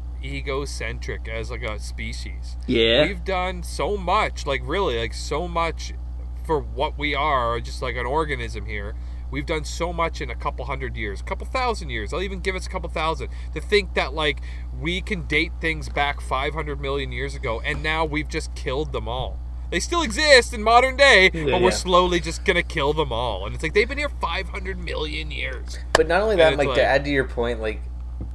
S4: egocentric as like a species.
S2: Yeah.
S4: We've done so much, like really, like so much for what we are, just like an organism here. We've done so much in a couple hundred years, a couple thousand years. I'll even give us a couple thousand to think that like we can date things back 500 million years ago, and now we've just killed them all. They still exist in modern day,
S2: Yeah.
S4: but we're
S2: Yeah.
S4: slowly just gonna kill them all. And it's like they've been here 500 million years.
S3: But not only that,
S4: it's
S3: like,
S4: like-
S3: to add to your point, like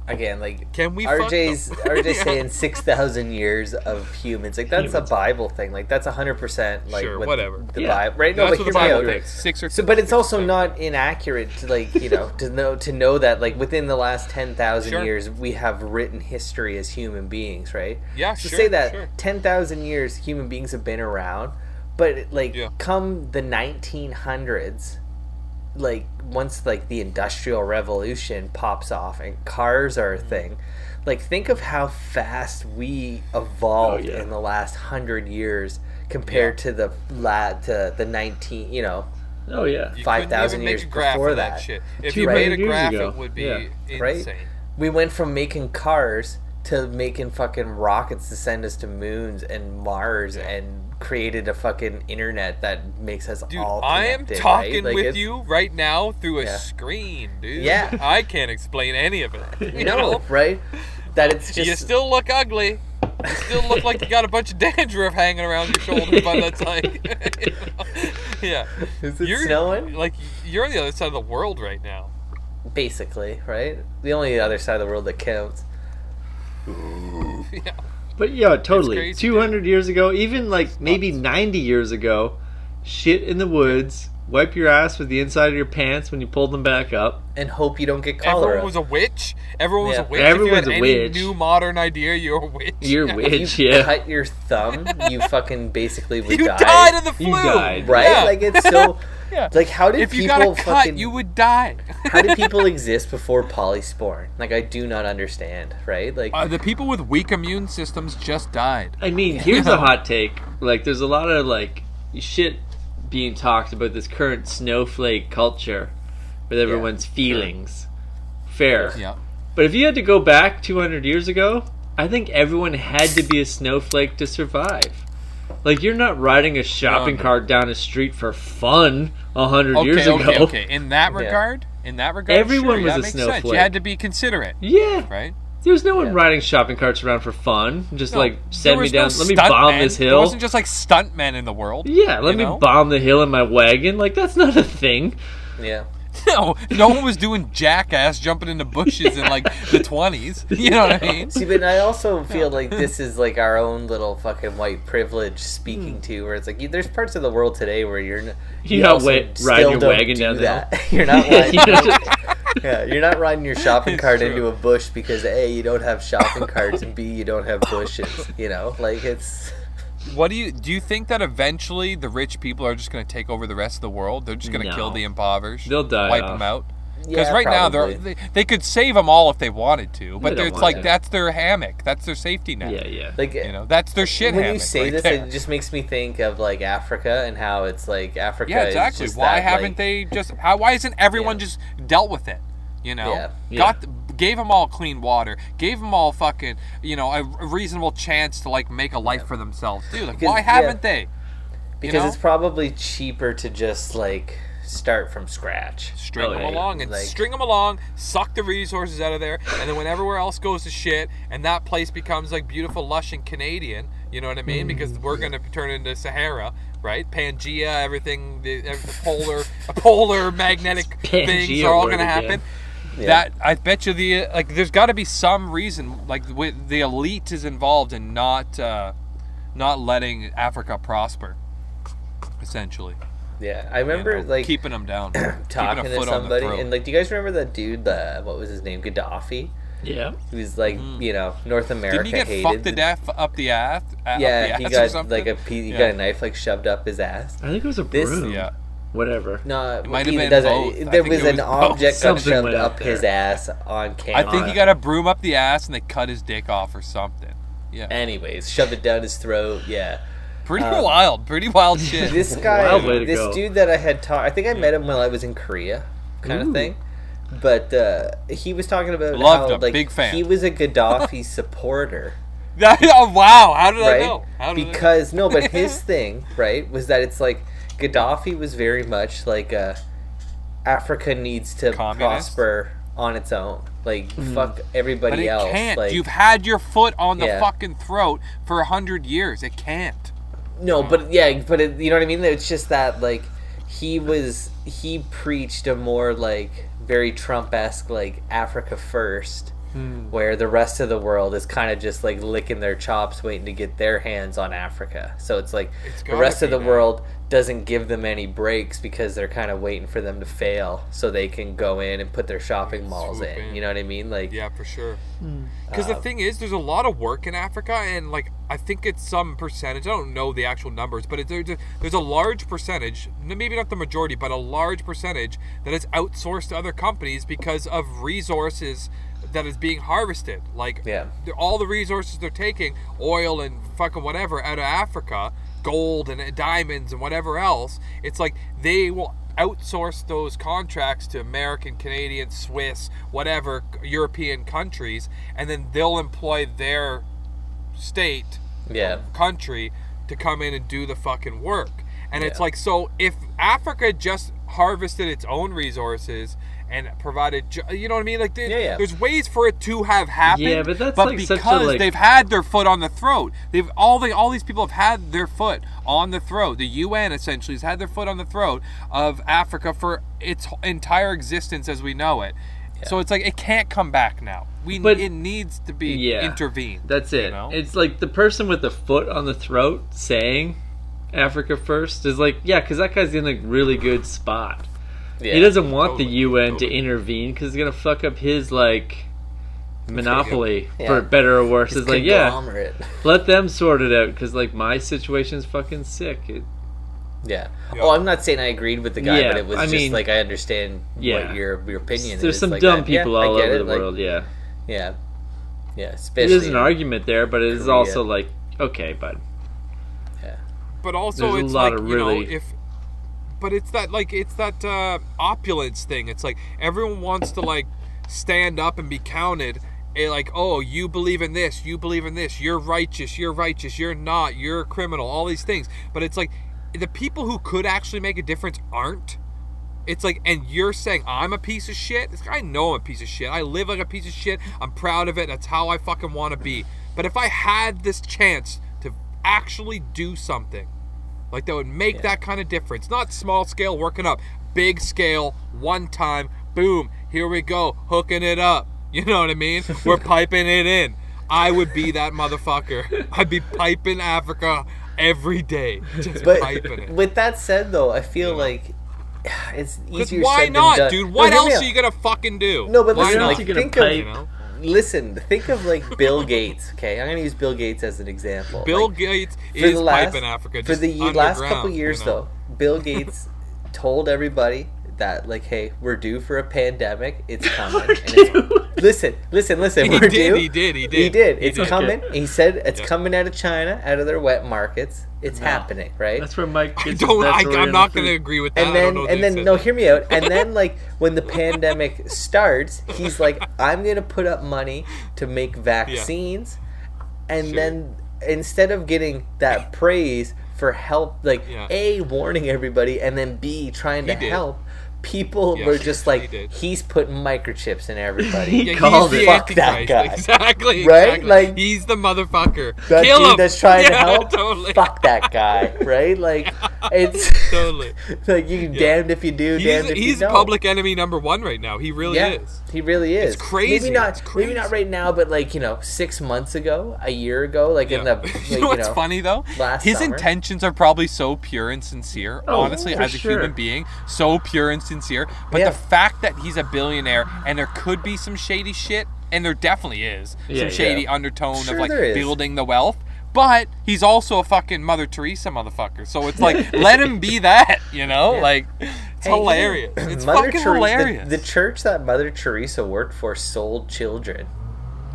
S3: again, like
S4: Can we fuck
S3: RJ's
S4: *laughs* them?
S3: RJ
S4: Yeah.
S3: saying six thousand years of humans, like that's a Bible thing, like that's hundred percent, like
S4: Sure,
S3: what
S4: whatever.
S3: the
S2: Yeah.
S3: Bible, right?
S4: That's
S3: but
S4: what the
S3: hear me
S4: Bible
S3: out.
S4: thinks. Six or
S3: So, but it's also not inaccurate to like you know to know to know that like within the last ten thousand
S4: Sure.
S3: years we have written history as human beings, right?
S4: Yeah,
S3: To
S4: sure,
S3: say that
S4: sure.
S3: ten thousand years human beings have been around, but like
S4: Yeah.
S3: come the nineteen hundreds, like once like the industrial revolution pops off and cars are
S4: Mm-hmm.
S3: a thing, like think of how fast we evolved
S2: Oh, yeah.
S3: in the last hundred years compared to the la to the nineteen you know
S2: Oh yeah.
S4: You
S3: five
S4: couldn't
S3: thousand
S4: even make
S3: years
S4: a graph
S3: before
S4: of that.
S3: that.
S4: shit. If
S2: Two
S4: you
S2: million
S4: made a
S2: years
S4: graph,
S2: ago.
S4: it would be
S2: Yeah.
S3: Right?
S4: insane.
S3: we went from making cars to making fucking rockets to send us to moons and Mars and created a fucking internet that makes us
S4: Dude,
S3: all.
S4: I am
S3: connected,
S4: talking
S3: right? Like,
S4: with
S3: it's-
S4: you right now through a
S3: Yeah.
S4: screen, dude.
S3: Yeah.
S4: I can't explain any of
S3: *laughs*
S4: it.
S3: *laughs*
S4: You
S3: No,
S4: know?
S3: right? That
S4: *laughs*
S3: it's
S4: You
S3: just
S4: still look ugly. You still look like you got a bunch of dandruff hanging around your shoulder,
S3: *laughs*
S4: but that's like, *laughs* you know? yeah.
S3: Is it snowing?
S4: Like you're on the other side of the world right now.
S3: basically right. The only other side of the world that counts.
S4: Yeah.
S2: But yeah, totally.
S4: crazy,
S2: Two hundred years ago, even like maybe ninety years ago, shit in the woods. Wipe your ass with the inside of your pants when you pull them back up.
S3: And hope you don't get cholera.
S4: Everyone was a witch. Everyone was
S3: Yeah.
S4: a witch.
S2: Everyone's
S4: if
S2: a
S4: you had
S2: witch.
S4: Any new modern idea, you're a witch.
S2: You're a
S4: *laughs* Yeah.
S2: witch, *laughs*
S3: you
S2: yeah.
S3: cut your thumb,
S4: *laughs*
S3: you fucking basically would
S4: You
S3: die.
S4: died of the flu.
S2: You died.
S3: right?
S4: Yeah.
S3: Like it's so.
S4: *laughs* Yeah.
S3: Like how did
S4: if you got
S3: people
S4: a cut,
S3: fucking?
S4: you would die.
S3: how
S2: *laughs*
S3: did people exist before polysporin? Like I do not understand, right? Like
S4: *laughs* Uh, the people with weak immune systems just died.
S2: I
S4: *laughs*
S2: mean, here's a hot take. Like, there's a lot of like shit being talked about this current snowflake culture with everyone's feelings. Fair.
S4: Yeah.
S2: But if you had to go back 200 years ago, I think everyone had to be a snowflake to survive. Like you're not riding a shopping
S4: No.
S2: cart down a street for fun 100 years
S4: Um, Okay,
S2: ago.
S4: okay, okay. In that regard, in that regard,
S2: Everyone
S4: sure,
S2: was
S4: that
S2: a
S4: makes sense.
S2: snowflake.
S4: You had to be considerate,
S2: *laughs* Yeah.
S4: right?
S2: There's no one riding shopping carts around for fun. Just
S4: No,
S2: like
S4: there
S2: send me
S4: was no
S2: down. Let me
S4: stunt
S2: bomb
S4: men.
S2: this
S4: There
S2: hill.
S4: wasn't just like stuntmen in the world.
S2: *laughs* yeah, let
S4: you
S2: me
S4: know?
S2: bomb the hill in my wagon. Like that's not a thing.
S3: Yeah.
S4: *laughs* No, no one was doing jackass jumping into bushes in like
S2: *laughs*
S4: the twenties. You know what I mean?
S3: See, but I also feel like this is like our own little fucking white privilege speaking to, where it's like you, there's parts of the world today where you're n-
S2: Hmm. You got
S3: also
S2: wet
S3: still
S2: riding your
S3: don't
S2: wagon
S3: do
S2: down the *laughs* hill.
S3: that. *laughs* You're not
S4: *laughs*
S2: You know,
S3: riding,
S2: just-
S3: yeah, you're not riding your shopping
S4: It's
S3: cart
S4: true.
S3: into a bush because a you don't have
S2: *laughs*
S3: shopping carts and b you don't have bushes. You know, like
S2: *laughs*
S3: it's
S4: What do you do? You think that eventually the rich people are just going to take over the rest of the world? They're just going to kill
S2: No.
S4: the impoverished.
S2: They'll die
S4: Wipe
S2: off.
S4: them out. Because
S3: yeah,
S4: right now they're,
S3: probably.
S4: they they could save them all if they wanted to, but
S2: They don't
S4: it's
S2: want
S4: like
S2: to.
S4: that's their hammock, that's their safety net.
S2: yeah, yeah.
S3: like
S4: You know, that's their shit
S3: when you
S4: hammock.
S3: say
S4: right
S3: this,
S4: there.
S3: it just makes me think of like Africa and how it's like Africa.
S4: *laughs* yeah,
S3: is
S4: exactly.
S3: just
S4: Why
S3: that,
S4: haven't
S3: like-
S4: they just? How? Why isn't everyone
S3: Yeah.
S4: just dealt with it? You know,
S3: Yeah.
S2: Yeah.
S4: got gave them all clean water, gave them all fucking you know a reasonable chance to like make a life for themselves too. Like,
S3: Because-
S4: why
S3: yeah.
S4: haven't they?
S3: Because
S4: know?
S3: it's probably cheaper to just like start from scratch.
S4: string
S2: Oh,
S4: them
S2: yeah.
S4: along and
S3: Like-
S4: string them along, suck the resources out of there, and then when everywhere else goes to shit, and that place becomes like beautiful, lush, and Canadian. You know what I
S3: Mm,
S4: mean? Because we're gonna turn into Sahara, right? Pangea, everything, the, ev- the polar, *laughs* polar magnetic
S2: Pangea
S4: things are all
S2: word
S4: gonna happen.
S2: again.
S3: Yeah.
S4: That I bet you the uh, like. There's got to be some reason like with the elite is involved in not uh, not letting Africa prosper. Essentially,
S3: Yeah, I
S4: you
S3: remember
S4: know,
S3: like
S4: keeping
S3: *clears throat*
S4: them down, keeping a
S3: talking to
S4: foot on the
S3: somebody
S4: throat.
S3: and like, do you guys remember that dude? The what was his name? Gaddafi.
S2: Yeah.
S3: He was like, you know, North America
S4: Mm. Didn't he get
S3: hated.
S4: fucked to
S3: the-
S4: death up the ass? uh, up
S3: *laughs*
S4: the
S3: Yeah, he
S4: ass or
S3: got
S4: something?
S3: like a pe- he
S4: Yeah.
S3: got a knife like shoved up his ass.
S2: I think it was a
S3: This-
S2: broom.
S4: Yeah.
S2: Whatever.
S3: No,
S4: might have
S3: either
S4: been
S3: doesn't-
S4: both. I
S3: There
S4: think
S3: was
S4: it
S3: an
S4: was both.
S3: object got
S2: Something
S3: shoved
S2: went
S3: up
S2: up
S3: his
S2: there.
S3: ass on
S4: I
S3: camera.
S4: think he got a broom up the ass and they cut his dick off or something. Yeah.
S3: Anyways, shoved it down his throat.
S2: *laughs*
S3: Yeah.
S4: pretty wild. Pretty
S3: *laughs*
S4: wild shit.
S3: Um, this guy,
S2: Wild way to
S3: this
S2: go.
S3: dude that I had taught, I think I met him while I was in Korea, kind of
S2: Ooh.
S3: thing. But uh, he was talking about
S4: Loved
S3: how,
S4: him,
S3: like,
S4: big fan.
S3: He was a
S4: *laughs*
S3: Gaddafi supporter,
S4: That- oh, wow. How did I
S3: right?
S4: know? How did I know?
S3: because no, but
S4: *laughs*
S3: his thing, right, was that it's like Gaddafi was very much like uh, Africa needs to
S4: Communist?
S3: prosper on its own. Like
S2: Mm.
S3: fuck everybody
S4: but it
S3: else.
S4: can't.
S3: Like
S4: You've had your foot on the
S3: Yeah.
S4: fucking throat for a hundred years. It can't.
S3: No,
S4: Um,
S3: but yeah, but it, you know what I mean. It's just that like he was he preached a more like very Trump esque like Africa first,
S4: Hmm.
S3: where the rest of the world is kind of just like licking their chops, waiting to get their hands on Africa. So it's like the
S4: gotta
S3: rest of
S4: be
S3: the
S4: that.
S3: world doesn't give them any breaks because they're kind of waiting for them to fail so they can go in and put their shopping malls
S4: swoop
S3: in.
S4: in.
S3: You know what I mean? Like
S4: Yeah, for sure. Because the thing is, there's a lot of work in Africa, and like I think it's some percentage. I don't know the actual numbers, but it, there's, a, there's a large percentage, n- maybe not the majority, but a large percentage that is outsourced to other companies because of resources that is being harvested. Like
S3: Yeah.
S4: they're- all the resources they're taking, oil and fucking whatever, out of Africa, gold and uh, diamonds and whatever else. It's like they will outsource those contracts to American, Canadian, Swiss, whatever European countries, and then they'll employ their state
S3: yeah,
S4: country to come in and do the fucking work. And it's like, so if Africa just harvested its own resources and provided, ju- you know what I mean? Like, there,
S3: Yeah, yeah.
S4: there's ways for it to have happened.
S2: Yeah, but that's like such a,
S4: because
S2: like-
S4: they've had their foot on the throat, they've all the all these people have had their foot on the throat. The UN essentially has had their foot on the throat of Africa for its entire existence as we know it. So it's like it can't come back now. We
S2: But-
S4: it needs to be
S2: Yeah.
S4: intervened.
S2: That's
S4: you
S2: it.
S4: know?
S2: It's like the person with the foot on the throat saying Africa first is like, yeah, because that guy's in a really good spot.
S3: yeah.
S2: He doesn't want the
S4: Totally,
S2: UN to
S4: totally.
S2: intervene because it's gonna fuck up his like monopoly
S3: Yeah.
S2: for better or worse. It's like, yeah,
S3: Conglomerate.
S2: let them sort it out because like my situation's fucking sick. It,
S3: Yeah. Oh, I'm not saying I agreed with the guy,
S2: Yeah,
S3: but it was
S2: I
S3: just
S2: mean-
S3: like I understand
S2: Yeah.
S3: what your your opinion
S2: there's
S3: is.
S2: some
S3: like
S2: dumb
S3: I-
S2: people
S3: yeah, I
S2: all
S3: get
S2: over
S3: it,
S2: the
S3: like,
S2: world. Yeah,
S3: Yeah. Yeah.
S2: it
S3: Especially.
S2: is an argument there, but it is
S3: Korea.
S2: also like, okay, bud.
S3: Yeah.
S4: but also
S2: There's a
S4: it's
S2: lot
S4: like
S2: of
S4: you
S2: really-
S4: know if but it's that like it's that uh, opulence thing it's like everyone wants to like stand up and be counted eh, like oh you believe in this you believe in this you're righteous you're righteous you're not you're a criminal all these things but it's like the people who could actually make a difference aren't It's like, and you're saying I'm a piece of shit. It's like, I know I'm a piece of shit. I live like a piece of shit. I'm proud of it. That's how I fucking want to be. But if I had this chance to actually do something, like that would make that kind of difference. Not small scale working up, big scale, one time, boom, here we go, hooking it up. *laughs* You know what I mean? We're piping it in. I would be that motherfucker. *laughs* I'd be piping Africa every day. Just
S3: But
S4: piping it.
S3: with that said, though, I feel like it's
S4: Because
S3: easier.
S4: why
S3: said
S4: not,
S3: than done.
S4: dude?
S3: No, hear
S4: What
S3: me
S4: else
S3: out.
S4: are you gonna fucking do?
S3: No, but
S4: why
S3: listen,
S4: not?
S3: like,
S2: you gonna
S3: think
S2: pay,
S3: of
S2: you know?
S3: listen. Think of like Bill Gates. Okay, I'm gonna use Bill Gates as an example.
S4: Bill
S3: Like,
S4: Gates
S3: for
S4: is
S3: the last
S4: piping Africa.
S3: for
S4: Just
S3: the ye- last couple
S4: underground,
S3: years
S4: you know?
S3: though. Bill Gates told everybody that like, hey, we're due for a pandemic.
S4: *laughs*
S3: It's coming. and it's- *laughs* listen, listen, listen.
S4: He
S3: we're
S4: did,
S3: due.
S4: he did, he did.
S3: He did.
S4: He
S3: It's
S4: did.
S3: coming. He said it's
S4: Yeah.
S3: coming out of China, out of their wet markets. It's happening, right?
S2: *laughs* That's where Mike. Gets
S4: I
S2: his
S4: *laughs* don't.
S2: best
S4: I, I'm
S2: Oriental
S4: not gonna
S2: food.
S4: agree with that.
S3: and
S4: I don't
S3: then
S4: know
S3: and
S4: that he
S3: then
S4: said
S3: no
S4: that.
S3: hear me out
S4: *laughs*
S3: and then like when the pandemic starts he's like i'm gonna put up money to make vaccines and
S4: Sure.
S3: then instead of getting that praise for help like
S4: Yeah.
S3: a warning everybody and then b trying to
S4: He did.
S3: help people
S4: Yeah,
S3: were just
S4: he
S3: like
S4: did.
S3: he's putting microchips in
S2: He
S3: everybody
S4: *laughs* Yeah,
S2: called
S4: he's the
S2: it.
S3: Fuck that
S4: Antichrist.
S3: guy.
S4: *laughs* Exactly.
S3: Right?
S4: Exactly.
S3: Like-
S4: he's the motherfucker.
S3: that
S4: Kill
S3: dude
S4: him.
S3: that's trying to
S4: *laughs* Yeah,
S3: help
S4: Totally.
S3: fuck that guy right
S4: *laughs*
S3: like it's
S4: Totally.
S3: *laughs* like you damned if you do
S4: He's,
S3: damned if
S4: he's
S3: you don't
S4: public enemy number one right now. He really is.
S3: He really is.
S4: crazy.
S3: Maybe not.
S4: It's crazy.
S3: Maybe not right now, but like you know, six months ago, a year ago, like
S4: *laughs*
S3: in the
S4: Yeah.
S3: like,
S4: you know what's funny though?
S3: last
S4: His
S3: summer.
S4: intentions are probably so pure and sincere.
S2: Oh,
S4: honestly,
S2: for
S4: as a
S2: sure.
S4: human being, so pure and sincere. But
S3: Yeah.
S4: the fact that he's a billionaire and there could be some shady shit, and there definitely is
S2: Yeah, yeah.
S4: some shady undertone
S3: Sure
S4: of like
S3: there is.
S4: building the wealth. But he's also a fucking Mother Teresa motherfucker. So
S3: *laughs*
S4: it's like, let him be that, you know? Like, it's
S3: Hey,
S4: hilarious. It's fucking
S3: Theresa- the-
S4: hilarious.
S3: The, church that Mother Teresa worked for sold children.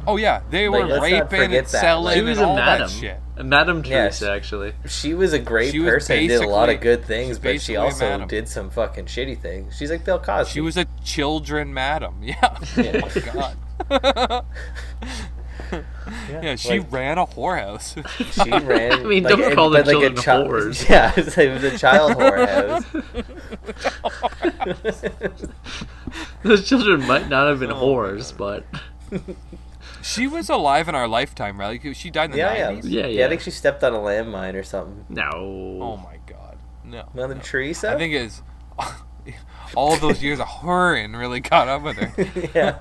S4: oh, yeah. They
S3: Like,
S4: were
S3: let's not
S4: raping
S3: forget
S4: and
S3: that.
S4: selling
S2: She was
S4: and
S2: a
S4: all
S2: madam.
S4: that shit.
S2: A madam
S3: Yes.
S2: Teresa, actually. *laughs*
S3: She was a great
S4: She was
S3: person, did a lot of
S4: basically-
S3: good things,
S4: she's
S3: but she
S4: basically a
S3: also
S4: madam.
S3: did some fucking shitty things. She's like Bill Cosby.
S4: She was a children madam. *laughs* Yeah. Oh my god. Yeah, she
S3: like-
S4: ran a whorehouse.
S3: She ran. I
S2: mean, don't call the children whores.
S3: *laughs* Yeah, it was, like, it was a child
S4: *laughs*
S3: whorehouse.
S2: Those children might not have been
S4: Oh
S2: whores, but
S4: *laughs* she was alive in our lifetime, right? Like, she died in the
S3: Yeah, yeah,
S4: 90s.
S2: Yeah,
S3: I
S2: yeah.
S3: think she stepped on a landmine or something.
S2: no.
S4: Oh my god. No.
S3: Mother Teresa.
S4: I think it's *laughs* all those years of whoring really caught up
S3: *laughs*
S4: with her.
S3: *laughs* yeah.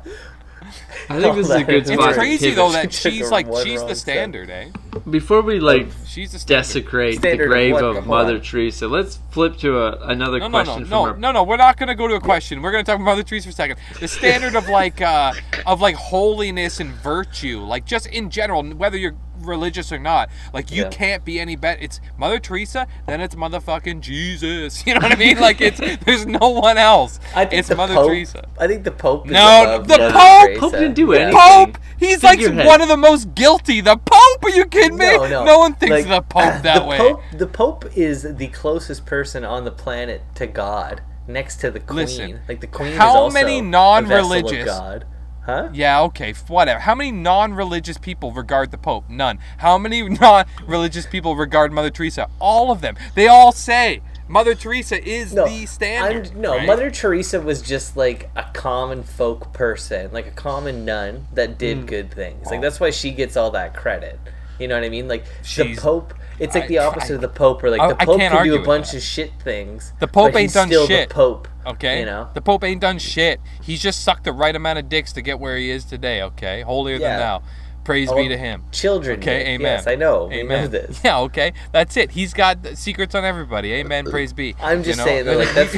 S2: I think this is a good
S3: It's
S2: spot.
S4: *laughs* It's
S2: to
S4: crazy
S2: pivot.
S4: though that
S3: She took
S4: she's
S3: her
S4: like
S3: one
S4: she's
S3: wrong
S4: the
S3: step.
S4: standard, eh?
S2: before we like
S4: She's the standard.
S2: desecrate
S3: Standard
S2: the
S3: of
S2: grave
S3: what?
S2: of,
S3: Come
S2: Mother
S3: on.
S2: Teresa, let's flip to a, another
S4: No, no, no,
S2: question
S4: no,
S2: from
S4: no, no. We're not gonna go to a question. We're gonna talk about Mother Teresa for a second.
S3: *laughs*
S4: The standard of like, uh, of like holiness and virtue, like just in general, whether you're religious or not, like you
S3: Yeah.
S4: can't be any better. It's Mother Teresa, then it's motherfucking Jesus. *laughs* You know what I mean? Like it's there's no one else.
S3: I think
S4: it's
S3: the
S4: Mother
S3: Pope,
S4: Teresa.
S3: I think the Pope. Is uh,
S4: No,
S3: above
S4: the
S3: Mother
S4: Pope-
S3: Teresa.
S2: Pope didn't do
S3: Yeah.
S2: anything.
S4: Pope, he's like
S2: Figurehead.
S4: one of the most guilty. The Pope? Are you kidding me? No, one thinks
S3: Like,
S4: of
S3: *laughs*
S4: the Pope that
S3: the
S4: way.
S3: Pope, the Pope is the closest person on the planet to God, next to the Queen.
S4: Listen,
S3: like the Queen.
S4: how
S3: is also
S4: many
S3: a vessel of
S4: non-religious-
S3: God, huh?
S4: Yeah, okay, f- whatever. How many non-religious people regard the Pope? None. How many *laughs* non-religious people regard Mother Teresa? All of them. They all say Mother Teresa is
S3: No,
S4: the standard.
S3: I'm, no,
S4: right?
S3: Mother Teresa was just like a common folk person, like a common nun that did
S4: Hmm.
S3: good things. Like that's why she gets all that credit. You know what I mean? Like
S4: She's-
S3: the Pope, it's like
S4: I-
S3: the opposite
S4: I-
S3: of the Pope, where like
S4: I-
S3: the
S4: I
S3: Pope can
S4: can't
S3: do
S4: argue
S3: a
S4: with
S3: bunch
S4: that.
S3: of shit things.
S4: The Pope
S3: but
S4: ain't
S3: he's
S4: done
S3: still
S4: shit. Oh,
S3: The Pope,
S4: Okay,
S3: you know.
S4: the Pope ain't done shit. He's just sucked the right amount of dicks to get where he is today. Okay, holier
S3: Yeah.
S4: than thou. Praise
S3: Oh,
S4: be to him.
S3: Children.
S4: Okay,
S3: did.
S4: amen.
S3: Yes, I know.
S4: Amen. *laughs*
S3: We know this.
S4: Yeah, okay. That's it. He's got the secrets on everybody. Amen. Praise be.
S3: I'm
S4: You
S3: just
S4: know?
S3: saying though,
S4: *laughs*
S3: like that's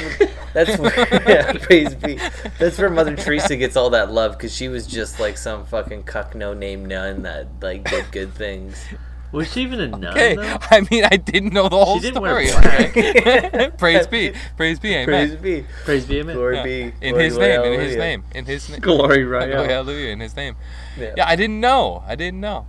S3: that's where *laughs* yeah, praise be. That's where Mother Teresa gets all that love because she was just like some fucking cuck no name nun that like did good
S4: *laughs*
S3: things.
S2: Was she even a nun?
S4: Okay,
S2: though?
S4: I mean, I didn't know the whole
S2: didn't wear
S4: story.
S2: black.
S4: okay? *laughs* Praise be, praise be, amen.
S3: Praise
S4: *laughs*
S3: be,
S2: Praise be amen.
S3: glory
S4: Yeah.
S3: be.
S4: in
S3: glory
S4: his
S3: be,
S4: name, in his
S3: hallelujah.
S4: name,
S3: *laughs*
S4: in his name.
S2: *laughs* Glory right
S4: Hallelujah,
S2: *laughs* now.
S4: hallelujah, in his name.
S3: Yeah.
S4: Yeah, I didn't know. I didn't know.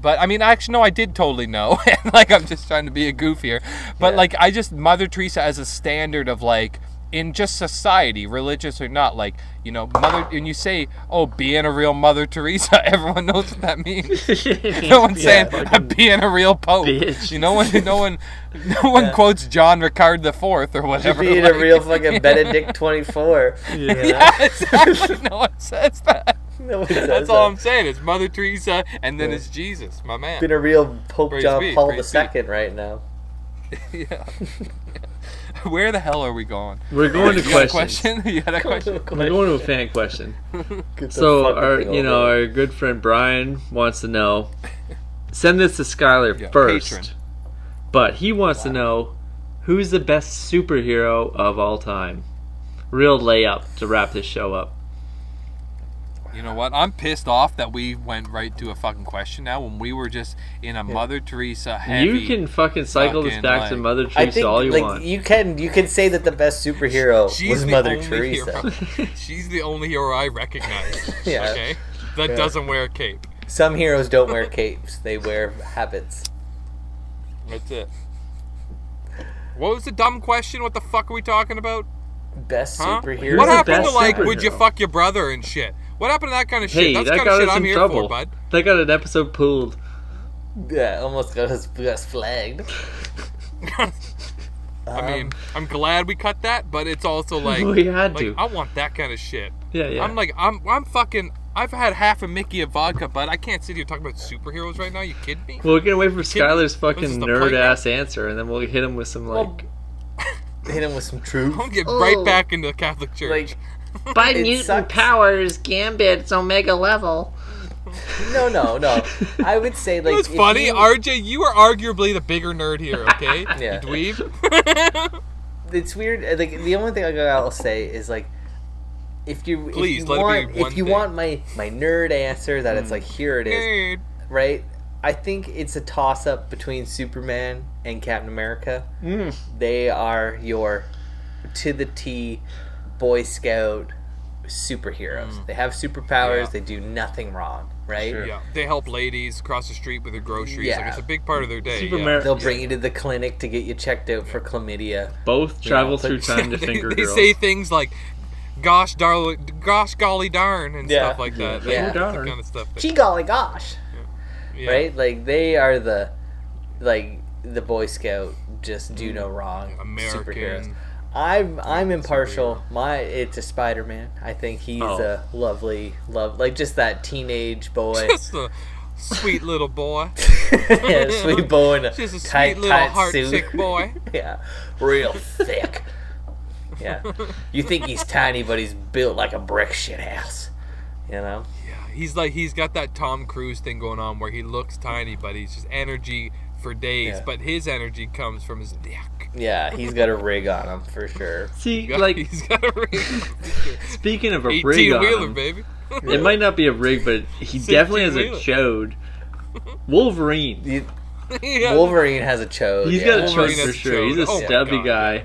S4: But I mean, actually, no, I did totally know. *laughs* and like, I'm just trying to be a goof here. But
S3: Yeah.
S4: like, I just Mother Teresa as a standard of like in just society, religious or not, like you know, mother, and you say, "Oh, being a real Mother Teresa," *laughs* everyone knows what that
S3: *laughs*
S4: means. *laughs* no one's saying
S2: *laughs* fucking
S4: *laughs* being a real pope.
S2: bitch.
S4: You know when no one,
S3: *laughs*
S4: no one quotes John Ricard the Fourth or whatever.
S3: being
S4: *laughs* like-
S3: a real fucking
S4: *laughs*
S3: Benedict 24. you know?
S4: Yeah, exactly. no one says that.
S3: *laughs* No one says
S4: That's all
S3: that.
S4: I'm saying. It's Mother Teresa, and then it's Jesus, my man.
S3: Been a real Pope
S4: Praise
S3: John
S4: be,
S3: Paul
S4: praise
S3: II right
S4: *laughs*
S3: now.
S4: yeah. *laughs* Where the hell are we going?
S2: We're going to
S4: You had a
S2: questions.
S4: question? *laughs* You had
S3: *laughs*
S4: a question?
S2: We're going to a fan question.
S3: Get the
S2: So
S3: fucking
S2: our
S3: thing
S2: you
S3: over
S2: know
S3: with.
S2: our good friend Brian wants to know. Send this to Skylar
S4: Yeah,
S2: first,
S4: patron.
S2: but he wants to know who's the best superhero of all time. Real layup to wrap this show up.
S4: You know what? I'm pissed off that we went right to a fucking question now when we were just in a Mother Teresa heavy.
S2: you can fucking cycle this
S4: fucking,
S2: back to
S4: like-
S2: Mother
S3: I
S2: Teresa
S3: think
S2: all you
S3: like
S2: want.
S3: you can you can say that the best superhero
S4: She's
S3: was
S4: the
S3: Mother
S4: only
S3: Teresa.
S4: *laughs* hero- She's the only hero I recognize.
S3: *laughs* Yeah.
S4: Okay, that doesn't wear a cape.
S3: Some heroes don't wear capes; they wear habits.
S4: That's it. What was the dumb question? What the fuck are we talking about?
S3: Best
S4: Huh?
S3: superhero.
S4: What
S2: the
S4: happened to
S2: best
S4: like, would you
S2: superhero?
S4: fuck your brother and shit? What happened to that kind of
S2: hey,
S4: shit? That's
S2: that
S4: kind of
S2: got
S4: shit
S2: us
S4: I'm
S2: in
S4: here
S2: trouble.
S4: for, bud.
S2: That got an episode pulled.
S3: *laughs* Yeah, almost got us, got us flagged.
S4: I mean, I'm glad we cut that, but it's
S2: *laughs*
S4: also like
S2: We had
S4: like,
S2: to.
S4: I want that kind of shit.
S2: Yeah, yeah.
S4: I'm like, I'm, I'm fucking. I've had half a Mickey of vodka, but I can't sit here talking about superheroes right now. You kidding me?
S2: we'll get away from Skylar's
S4: this
S2: fucking
S4: is the
S2: nerd
S4: playground.
S2: ass answer, and then we'll hit him with some like
S3: Hit him with some truth.
S4: I'll get
S2: Oh.
S4: right back into the Catholic Church.
S3: Like,
S2: by
S3: It
S2: Newton
S3: sucks.
S2: powers, Gambit's omega level.
S3: no, no,
S2: *laughs*
S3: no. I would say like.
S4: It's
S3: if
S4: funny,
S3: you-
S4: RJ. You are arguably the bigger nerd here,
S2: *laughs*
S4: okay?
S3: Yeah.
S4: You dweeb.
S3: it's weird. uh, Like the only thing I- I'll say is like, if you
S4: Please,
S3: if you
S4: let it
S3: want,
S4: be one
S3: if you
S4: thing. Hmm.
S3: want my my nerd answer that it's like here it is
S4: Nerd.
S3: right. I think it's a toss up between Superman and Captain America.
S4: Hmm.
S3: They are your to the T Boy Scout superheroes. They have superpowers.
S4: Hmm.
S3: They
S4: Yeah.
S3: do nothing wrong. Right.
S4: *laughs* Yeah, they help ladies cross the street with their groceries. Like
S3: Yeah.
S4: it's a big part of their day.
S2: Super
S4: yeah.
S2: Mario-
S3: They'll bring you to the clinic to get you checked out for chlamydia.
S2: Both travel
S3: but-
S2: through time
S4: *laughs*
S2: to
S4: they,
S2: finger
S4: they
S2: girls.
S4: say things like gosh darl gosh golly darn and
S3: Yeah.
S4: stuff like that. They-
S3: Yeah.
S4: that's the
S2: Darn.
S4: kind of stuff. that-
S3: Gee golly gosh.
S4: yeah.
S3: right? Like they are the like the Boy Scout just do no wrong superheroes.
S4: Mm. *laughs* American.
S3: I'm I'm impartial. My it's a Spider Man. I think he's
S2: Oh.
S3: a lovely love like just that teenage
S4: *laughs*
S3: boy.
S4: Just a sweet little boy.
S3: Yeah, sweet boy in a
S4: Just a
S3: tight,
S4: sweet little
S3: tight
S4: heart
S3: suit.
S4: sick boy.
S3: *laughs* Yeah. Real thick. Yeah. You think
S4: *laughs*
S3: he's tiny but he's built like a brick shit house. You know?
S4: Yeah, he's like he's got that Tom Cruise thing going on where he looks tiny but he's just energy for days.
S3: Yeah.
S4: But his energy comes from his dick. *laughs*
S3: Yeah, he's got a rig on him for sure.
S2: See, like
S4: he's got a
S3: *laughs*
S4: rig.
S2: speaking of a rig,
S4: eighteen
S2: on
S4: wheeler,
S2: him,
S4: baby. *laughs*
S2: it might not be a rig, but he definitely has a
S4: wheeler.
S2: chode. Wolverine,
S3: You-
S4: yeah.
S3: Wolverine has a chode.
S2: he's
S3: yeah.
S2: got a
S4: Wolverine
S2: chode
S4: has
S2: for
S4: a
S2: sure. He's
S4: chode.
S2: a
S4: Oh my
S2: stubby
S4: God.
S2: guy.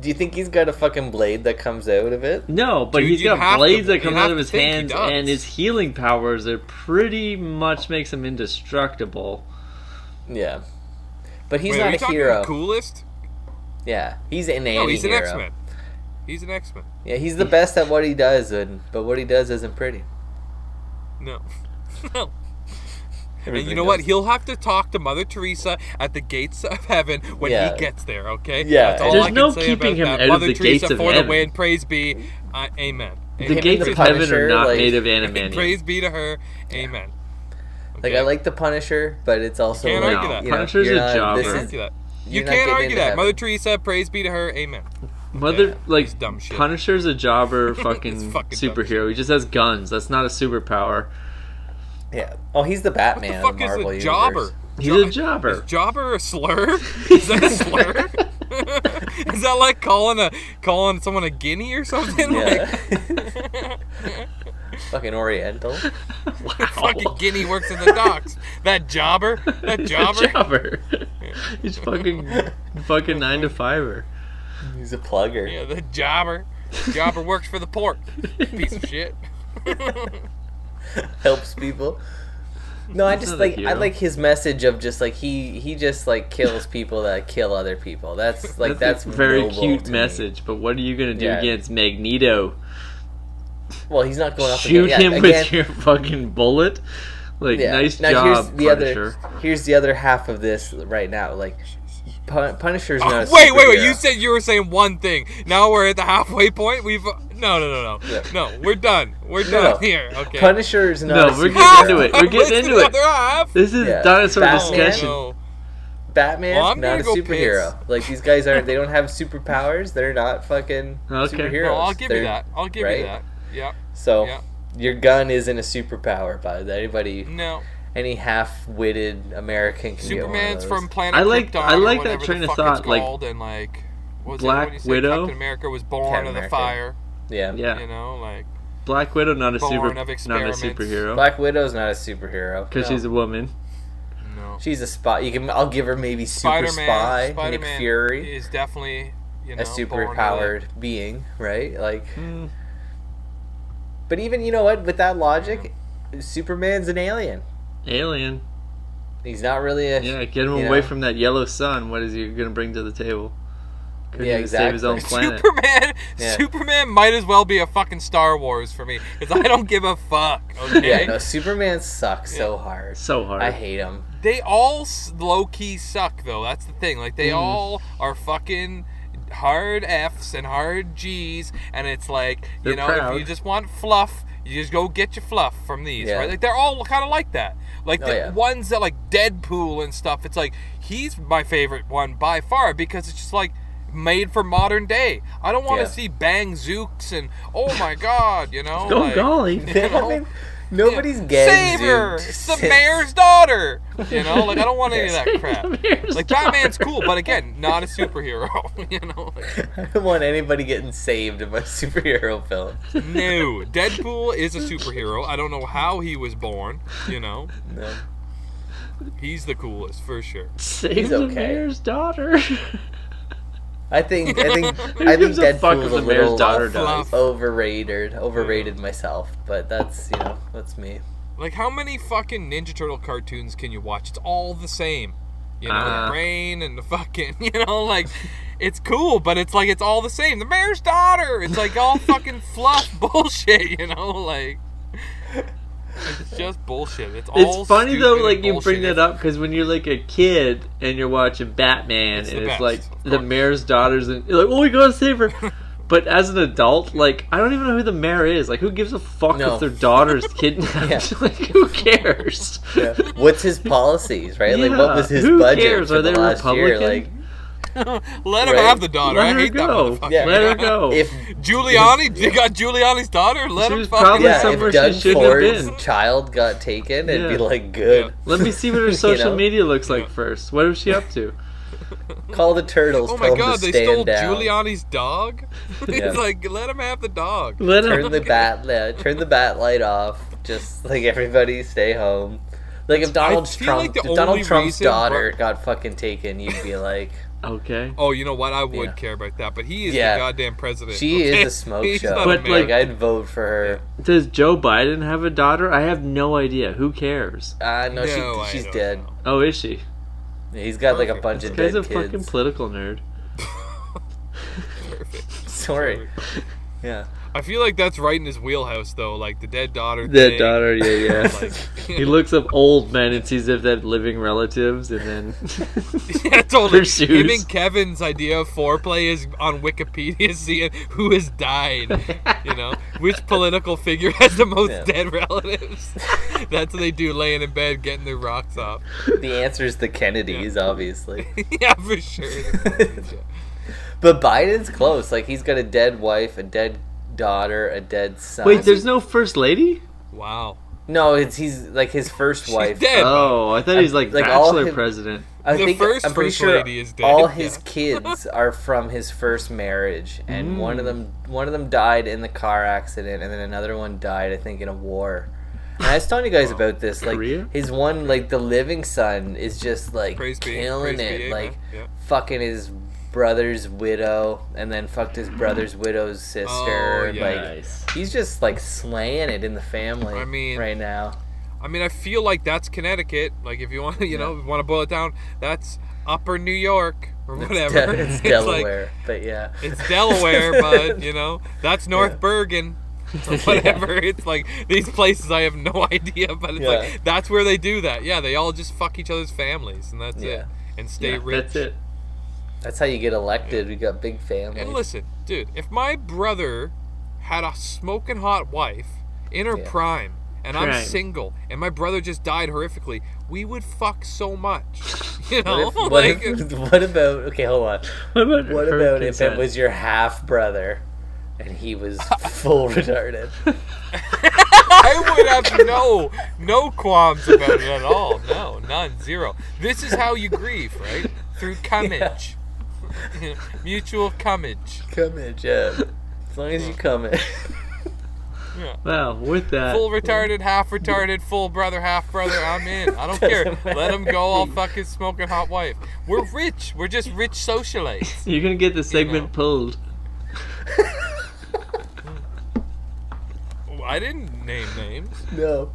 S3: Do you think he's got a fucking blade that comes out of it?
S2: No, but
S4: Dude,
S2: he's
S4: you'd have
S2: got
S4: to-
S2: blades that
S4: you'd
S2: come
S4: have
S2: out
S4: to
S2: of his
S4: think he
S2: hands,
S4: does.
S2: and his healing powers are pretty much makes him indestructible.
S3: Yeah. But he's
S4: Wait, are
S3: not
S4: you
S3: a
S4: talking
S3: hero.
S4: coolest?
S3: Yeah, he's an
S4: No,
S3: anti-hero.
S4: he's an X Men. He's an X Men.
S3: Yeah, he's the best at what he does, and but what he does isn't pretty.
S4: No. *laughs* no. And
S3: Everybody
S4: you know what?
S3: knows.
S4: He'll have to talk to Mother Teresa at the gates of heaven when
S3: Yeah.
S4: he gets there. Okay.
S3: Yeah,
S4: That's all
S3: There's
S4: I can
S2: no
S4: say about
S2: keeping him
S4: that.
S2: out of
S4: Mother
S2: the
S4: Teresa
S2: gates of
S4: for
S2: heaven.
S4: the win. Praise be. Uh, amen.
S2: The
S4: Amen.
S2: gates
S3: the
S2: of heaven
S3: Punisher,
S2: are not
S3: like-
S4: *laughs*
S2: made of
S4: Praise,
S2: animaniacs.
S4: praise be to her. Amen.
S3: Like
S4: Okay.
S3: I like the Punisher, but it's also
S4: You can't
S3: like,
S4: argue that.
S3: You know,
S2: Punisher's
S3: you're
S2: a
S3: not-
S2: jobber.
S3: this
S4: Can't
S3: is-
S4: argue that.
S3: you're
S4: You
S3: not
S4: can't
S3: getting
S4: argue
S3: into
S4: that.
S3: heaven.
S4: Mother Teresa, praise be to her. Amen.
S2: Mother,
S4: Yeah, it's
S2: like
S4: dumb shit.
S2: Punisher's
S4: *laughs*
S2: a jobber, fucking,
S4: fucking dumb
S2: superhero. He just has guns. That's not a superpower.
S3: Yeah. Oh, he's the Batman.
S4: the fuck
S3: of Marvel
S4: is
S3: Universe.
S4: a jobber?
S2: He's
S4: Jo-
S2: a
S4: *laughs*
S2: jobber.
S4: Is jobber a
S3: *laughs*
S4: slur? Is that a slur? *laughs* is that like calling a calling someone a guinea or something? Like,
S3: Yeah.
S4: *laughs*
S3: *laughs* fucking Oriental.
S4: *laughs* fucking guinea works in the docks. That jobber,
S2: *laughs*
S4: that
S2: He's
S4: jobber.
S2: a jobber. He's fucking, fucking nine to fiver.
S3: He's a plugger.
S4: Yeah, the jobber. Jobber works for the *laughs* port. Piece of shit.
S3: Helps people. No, I
S2: He's
S3: just
S2: not a
S3: like I
S2: hero.
S3: like his message of just like he he just like kills people that kill other people. That's like that's,
S2: a very
S3: noble
S2: cute
S3: to me.
S2: message. But what are you gonna do
S3: Yeah.
S2: against Magneto?
S3: Well, he's not going up
S2: Shoot
S3: against,
S2: him
S3: yeah, again,
S2: with your fucking bullet. Like
S3: yeah.
S2: nice
S3: Now,
S2: job,
S3: Here's the
S2: Punisher.
S3: other here's the other half of this right now. Like Pun- Punisher's not. a
S4: Oh, *laughs* wait, wait, wait!
S3: superhero.
S4: You said you were saying one thing. Now we're at the halfway point. We've no, no, no, no,
S3: Yeah.
S4: no. We're done. We're
S3: No.
S4: done here. Okay. *laughs*
S3: Punisher's not.
S2: No,
S3: a
S2: we're
S3: superhero.
S2: getting into it. We're
S4: I'm
S2: getting into
S4: listening
S2: it.
S4: to the half. Oh,
S2: This is
S3: Yeah.
S2: dinosaur
S3: Batman?
S2: discussion.
S4: No.
S3: Batman,
S4: Well, I'm
S3: not
S4: gonna
S3: a
S4: go
S3: superhero. Like these guys aren't. They don't have superpowers. They're not fucking
S2: Okay.
S3: superheroes.
S4: No, I'll give
S3: They're-
S4: you that. I'll give
S3: right? Oh.
S4: you that. Yeah.
S3: So
S4: Yeah.
S3: your gun isn't a superpower, but anybody,
S4: No.
S3: any half-witted American can get one of
S4: Superman's
S3: those.
S4: from Planet
S2: I like-
S4: Krypton
S2: I like
S4: or
S2: that
S4: whatever
S2: train
S4: the
S2: of
S4: fuck
S2: thought,
S4: it's
S2: like,
S4: called, and like what was
S2: Black
S4: it, what do you say,
S2: Widow?
S4: Captain America was born
S3: Captain
S4: out of the
S3: America.
S4: fire.
S3: Yeah.
S2: Yeah,
S4: You know, like
S2: Black Widow not a
S4: Born
S2: super,
S4: of
S2: not a
S4: experiments.
S2: superhero
S3: Black Widow's not a superhero.
S2: because
S3: No.
S2: she's a woman.
S4: no.
S3: she's a spy. You can. I'll give her maybe super
S4: Spider-Man,
S3: spy, Nick
S4: Spider-Man
S3: Fury,
S4: is definitely you know
S3: a
S4: superpowered.
S3: superpowered being, right? Like,
S2: Hmm.
S3: but even you know what? With that logic, Superman's an alien.
S2: Alien.
S3: He's not really a
S2: Yeah, get him
S3: you
S2: away
S3: know.
S2: from that yellow sun. What is he going to bring to the table? Couldn't
S3: Yeah,
S2: even save his
S3: exactly. *laughs*
S2: own
S4: *laughs*
S2: planet.
S4: Superman,
S3: Yeah.
S4: Superman might as well be a fucking Star Wars for me because I don't give a fuck.
S3: *laughs*
S4: Okay,
S3: Yeah, no, Superman sucks so hard.
S2: So hard.
S3: I hate
S4: *laughs*
S3: him.
S4: they all low key suck though. That's the thing. Like they
S3: Mm.
S4: all are fucking hard Fs and hard Gs, and it's like
S2: They're
S4: you know
S2: proud.
S4: if you just want fluff, you just go get your fluff from these,
S3: Yeah.
S4: right? Like they're all kind of like that. Like
S3: Oh,
S4: the
S3: yeah.
S4: ones that like Deadpool and stuff. It's like he's my favorite one by far because it's just like made for modern day. I don't want to
S3: Yeah.
S4: see Bang Zooks and oh my god, you know.
S2: oh
S4: like,
S2: golly!
S3: *laughs*
S4: you know?
S3: I mean, nobody's getting
S4: Save
S3: *laughs*
S4: her!
S3: zoomed
S4: It's the
S3: since-
S4: mayor's daughter! You know, like I don't want any of that crap.
S2: Here's
S4: Like
S2: Star-
S4: Batman's cool, but again, not a superhero. *laughs* you know, like,
S3: I don't want anybody getting saved in my *laughs* superhero film.
S4: no. Deadpool is a superhero. I don't know how he was born. You know,
S3: No.
S4: he's the coolest for sure.
S2: Save
S3: He's
S2: the
S3: okay.
S2: mayor's daughter.
S3: I think I
S4: *laughs*
S3: think I think
S2: gives a fuck
S3: Deadpool's
S2: if
S3: a
S2: the mayor's
S3: little
S2: daughter
S4: dies?
S3: overrated. Overrated myself, but that's you know that's me.
S4: Like, how many fucking Ninja Turtle cartoons can you watch? It's all the same. You know,
S2: Uh.
S4: the brain and the fucking. *laughs* You know, like. It's cool, but it's like it's all the same. The mayor's daughter. It's like all
S2: *laughs*
S4: fucking fluff bullshit, you know, like it's just bullshit. It's all
S2: it's funny though,
S4: stupid
S2: like
S4: and
S2: you bring
S4: bullshit.
S2: that up because when you're like a kid and you're watching Batman,
S4: It's the
S2: and it's
S4: best,
S2: like
S4: of
S2: the
S4: course.
S2: mayor's daughter's, and you're like, oh, we gotta
S4: *laughs*
S2: save her. But as an adult, like I don't even know who the mayor is. Like, who gives a fuck
S3: No.
S2: if their
S4: *laughs*
S2: daughter's kidnapped?
S3: Yeah.
S2: *laughs* like, who cares? *laughs*
S3: Yeah. *laughs* What's his policies, right? Like what
S2: Yeah,
S3: was his
S2: who
S3: budget
S2: cares?
S3: for
S2: Are
S3: the
S2: they
S3: last year? Like
S2: Republican?
S4: *laughs* Let him
S3: Right.
S4: have the daughter.
S2: Let
S4: I
S2: her
S4: hate
S2: go.
S4: that motherfucker.
S3: Yeah.
S2: Let her go. *laughs*
S3: if
S4: Giuliani you got Giuliani's daughter. Let
S2: She
S4: him
S2: was
S4: fucking.
S2: probably
S4: yeah.
S3: yeah,
S2: somewhere
S3: if
S2: she
S3: Doug
S2: shouldn't have
S3: Ford's
S2: been.
S3: child got taken, it'd be
S2: Yeah.
S3: like good.
S2: Let me see what her
S3: You
S2: social
S3: know?
S2: media looks like
S4: Yeah.
S2: first. What is she up to?
S3: *laughs* Call the turtles.
S4: Oh
S3: tell
S4: my
S3: 'em to
S4: god, they
S3: stand
S4: stole
S3: down.
S4: Giuliani's
S2: *laughs*
S4: dog.
S3: Yeah.
S4: *laughs* it's like let him have the dog.
S2: Let her.
S3: turn the bat yeah, turn the bat light off. Just like everybody stay home. Like if Donald
S4: feel
S3: Trump
S4: like the
S3: if Donald
S4: only
S3: Trump's
S4: reason-
S3: daughter got fucking taken, you'd be
S4: *laughs*
S3: like
S2: Okay.
S4: Oh, you know what? I would
S3: Yeah.
S4: care about that, but he is
S3: Yeah.
S4: the goddamn president.
S3: She is
S4: okay? *laughs*
S3: a smoke
S4: He's
S3: show.
S4: not a
S2: But,
S4: man.
S3: like I'd vote for her.
S2: Does Joe Biden have a daughter? I have no idea. Who cares?
S3: Uh no,
S4: No, I
S3: she, she's
S4: don't
S3: dead.
S4: know.
S2: Oh, is she?
S3: He's got like a
S4: Perfect.
S3: bunch of
S2: Guy's
S3: dead
S2: a
S3: kids.
S2: fucking political nerd.
S3: *laughs* Sorry. Yeah.
S4: I feel like that's right in his wheelhouse, though. Like the dead daughter.
S2: Dead
S4: thing.
S2: daughter, yeah,
S4: *laughs*
S2: yeah.
S4: Like,
S2: *laughs* he looks up old men and sees if they have living relatives, and then
S4: *laughs*
S2: *laughs*
S4: yeah, totally.
S2: Their shoes.
S4: Him and Kevin's idea of foreplay is on Wikipedia *laughs* seeing who has died. You know, which political figure has the most
S3: Yeah.
S4: dead relatives? *laughs* That's what they do, laying in bed, getting their rocks off. *laughs*
S3: The answer is the Kennedys, obviously.
S4: yeah, for sure.
S3: *laughs* But Biden's close. Like he's got a dead wife, a dead daughter, a dead son.
S2: wait, there's no first lady.
S4: Wow.
S3: no. It's he's like his first
S4: She's
S3: wife.
S4: dead.
S2: Oh, I thought he's like,
S3: Like, all
S2: bachelor
S3: him-
S2: president.
S3: I
S4: The
S3: think
S4: first
S3: I'm pretty
S4: First
S3: sure
S4: Lady is dead, *laughs*
S3: all
S4: yeah.
S3: his kids are from his first marriage,
S2: Mm.
S3: and one of them one of them died in the car accident, and then another one died, I think, in a war. And I was telling you guys about this. Like
S2: Korea?
S3: his one, like the living son, is just like
S4: Praise be.
S3: killing
S4: Praise be,
S3: it.
S4: amen.
S3: like
S4: Yeah.
S3: fucking his brother's widow, and then fucked his brother's widow's sister.
S4: Oh,
S3: and,
S4: yeah.
S3: Like he's just like slaying it in the family.
S4: I mean- *laughs*
S3: right now. *laughs*
S4: I mean, I feel like that's Connecticut. Like, if you want, to, you know, want to boil it down, that's Upper New York or whatever. *laughs*
S3: it's
S4: like-
S3: Delaware, but yeah.
S4: it's Delaware, but you know
S3: *laughs*
S4: that's North Bergen. Or whatever. It's like these places I have no *laughs* idea, but it's
S3: Yeah.
S4: like that's where they do that. Yeah, they all just fuck each other's families, and that's
S3: Yeah.
S4: it. And stay
S2: Yeah,
S4: rich.
S2: That's it. *laughs*
S3: That's how you get elected. We got big families.
S4: And listen, dude, if my brother had a smoking hot wife in her
S3: Yeah.
S4: prime, and I'm
S2: Prime.
S4: single, and my brother just died horrifically, we would fuck so much. *laughs* You
S3: What,
S4: know,
S3: if, what,
S4: like,
S3: if- *laughs* what about okay? Hold on.
S2: What about,
S3: What
S2: her
S3: about if it
S2: consent?
S3: was your half brother, and he was
S4: *laughs*
S3: full retarded?
S4: I would have no no qualms about it at all. No, none, zero. This is how you grieve, right?
S3: *laughs*
S4: Through cummage, *laughs* mutual cummage.
S3: Come in, Jeff. As long as you come in.
S2: Well, with that,
S4: Full retarded, half retarded, full brother, half brother. I'm in. I don't care. Let him go. I'll fuck his smoking hot wife. We're rich. We're just rich socialites.
S2: you're gonna get the segment
S4: know.
S2: pulled.
S4: I didn't name names.
S3: No.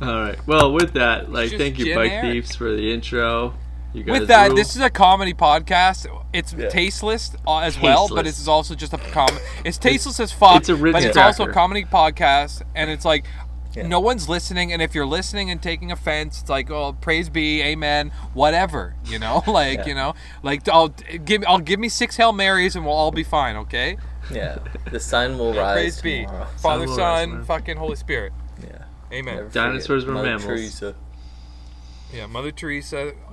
S2: All right. Well, with that, like,
S4: just
S2: thank you, Bike
S4: generic.
S2: Thieves, for the intro. You guys
S4: With that,
S2: rule.
S4: this is a comedy podcast. It's
S3: Yeah.
S4: tasteless uh, as well, but
S2: Tasteless.
S4: it's also just a com. It's tasteless as fuck.
S2: it's a Ritz
S4: but it's
S2: cracker.
S4: also a comedy podcast, and it's like.
S3: Yeah.
S4: No one's listening, and if you're listening and taking offense, it's like, oh, praise be, amen, whatever, you know, *laughs* like,
S3: Yeah.
S4: you know, like, I'll give, I'll give me six hail marys, and we'll all be fine, okay?
S3: Yeah. The sun will rise
S4: praise be,
S3: tomorrow.
S4: Father,
S2: Sun will rise
S4: Son,
S2: tomorrow.
S4: fucking Holy Spirit,
S3: Yeah.
S4: amen.
S3: Never forget
S2: Dinosaurs were
S3: Mother
S2: mammals.
S3: Teresa.
S4: Yeah, Mother Teresa,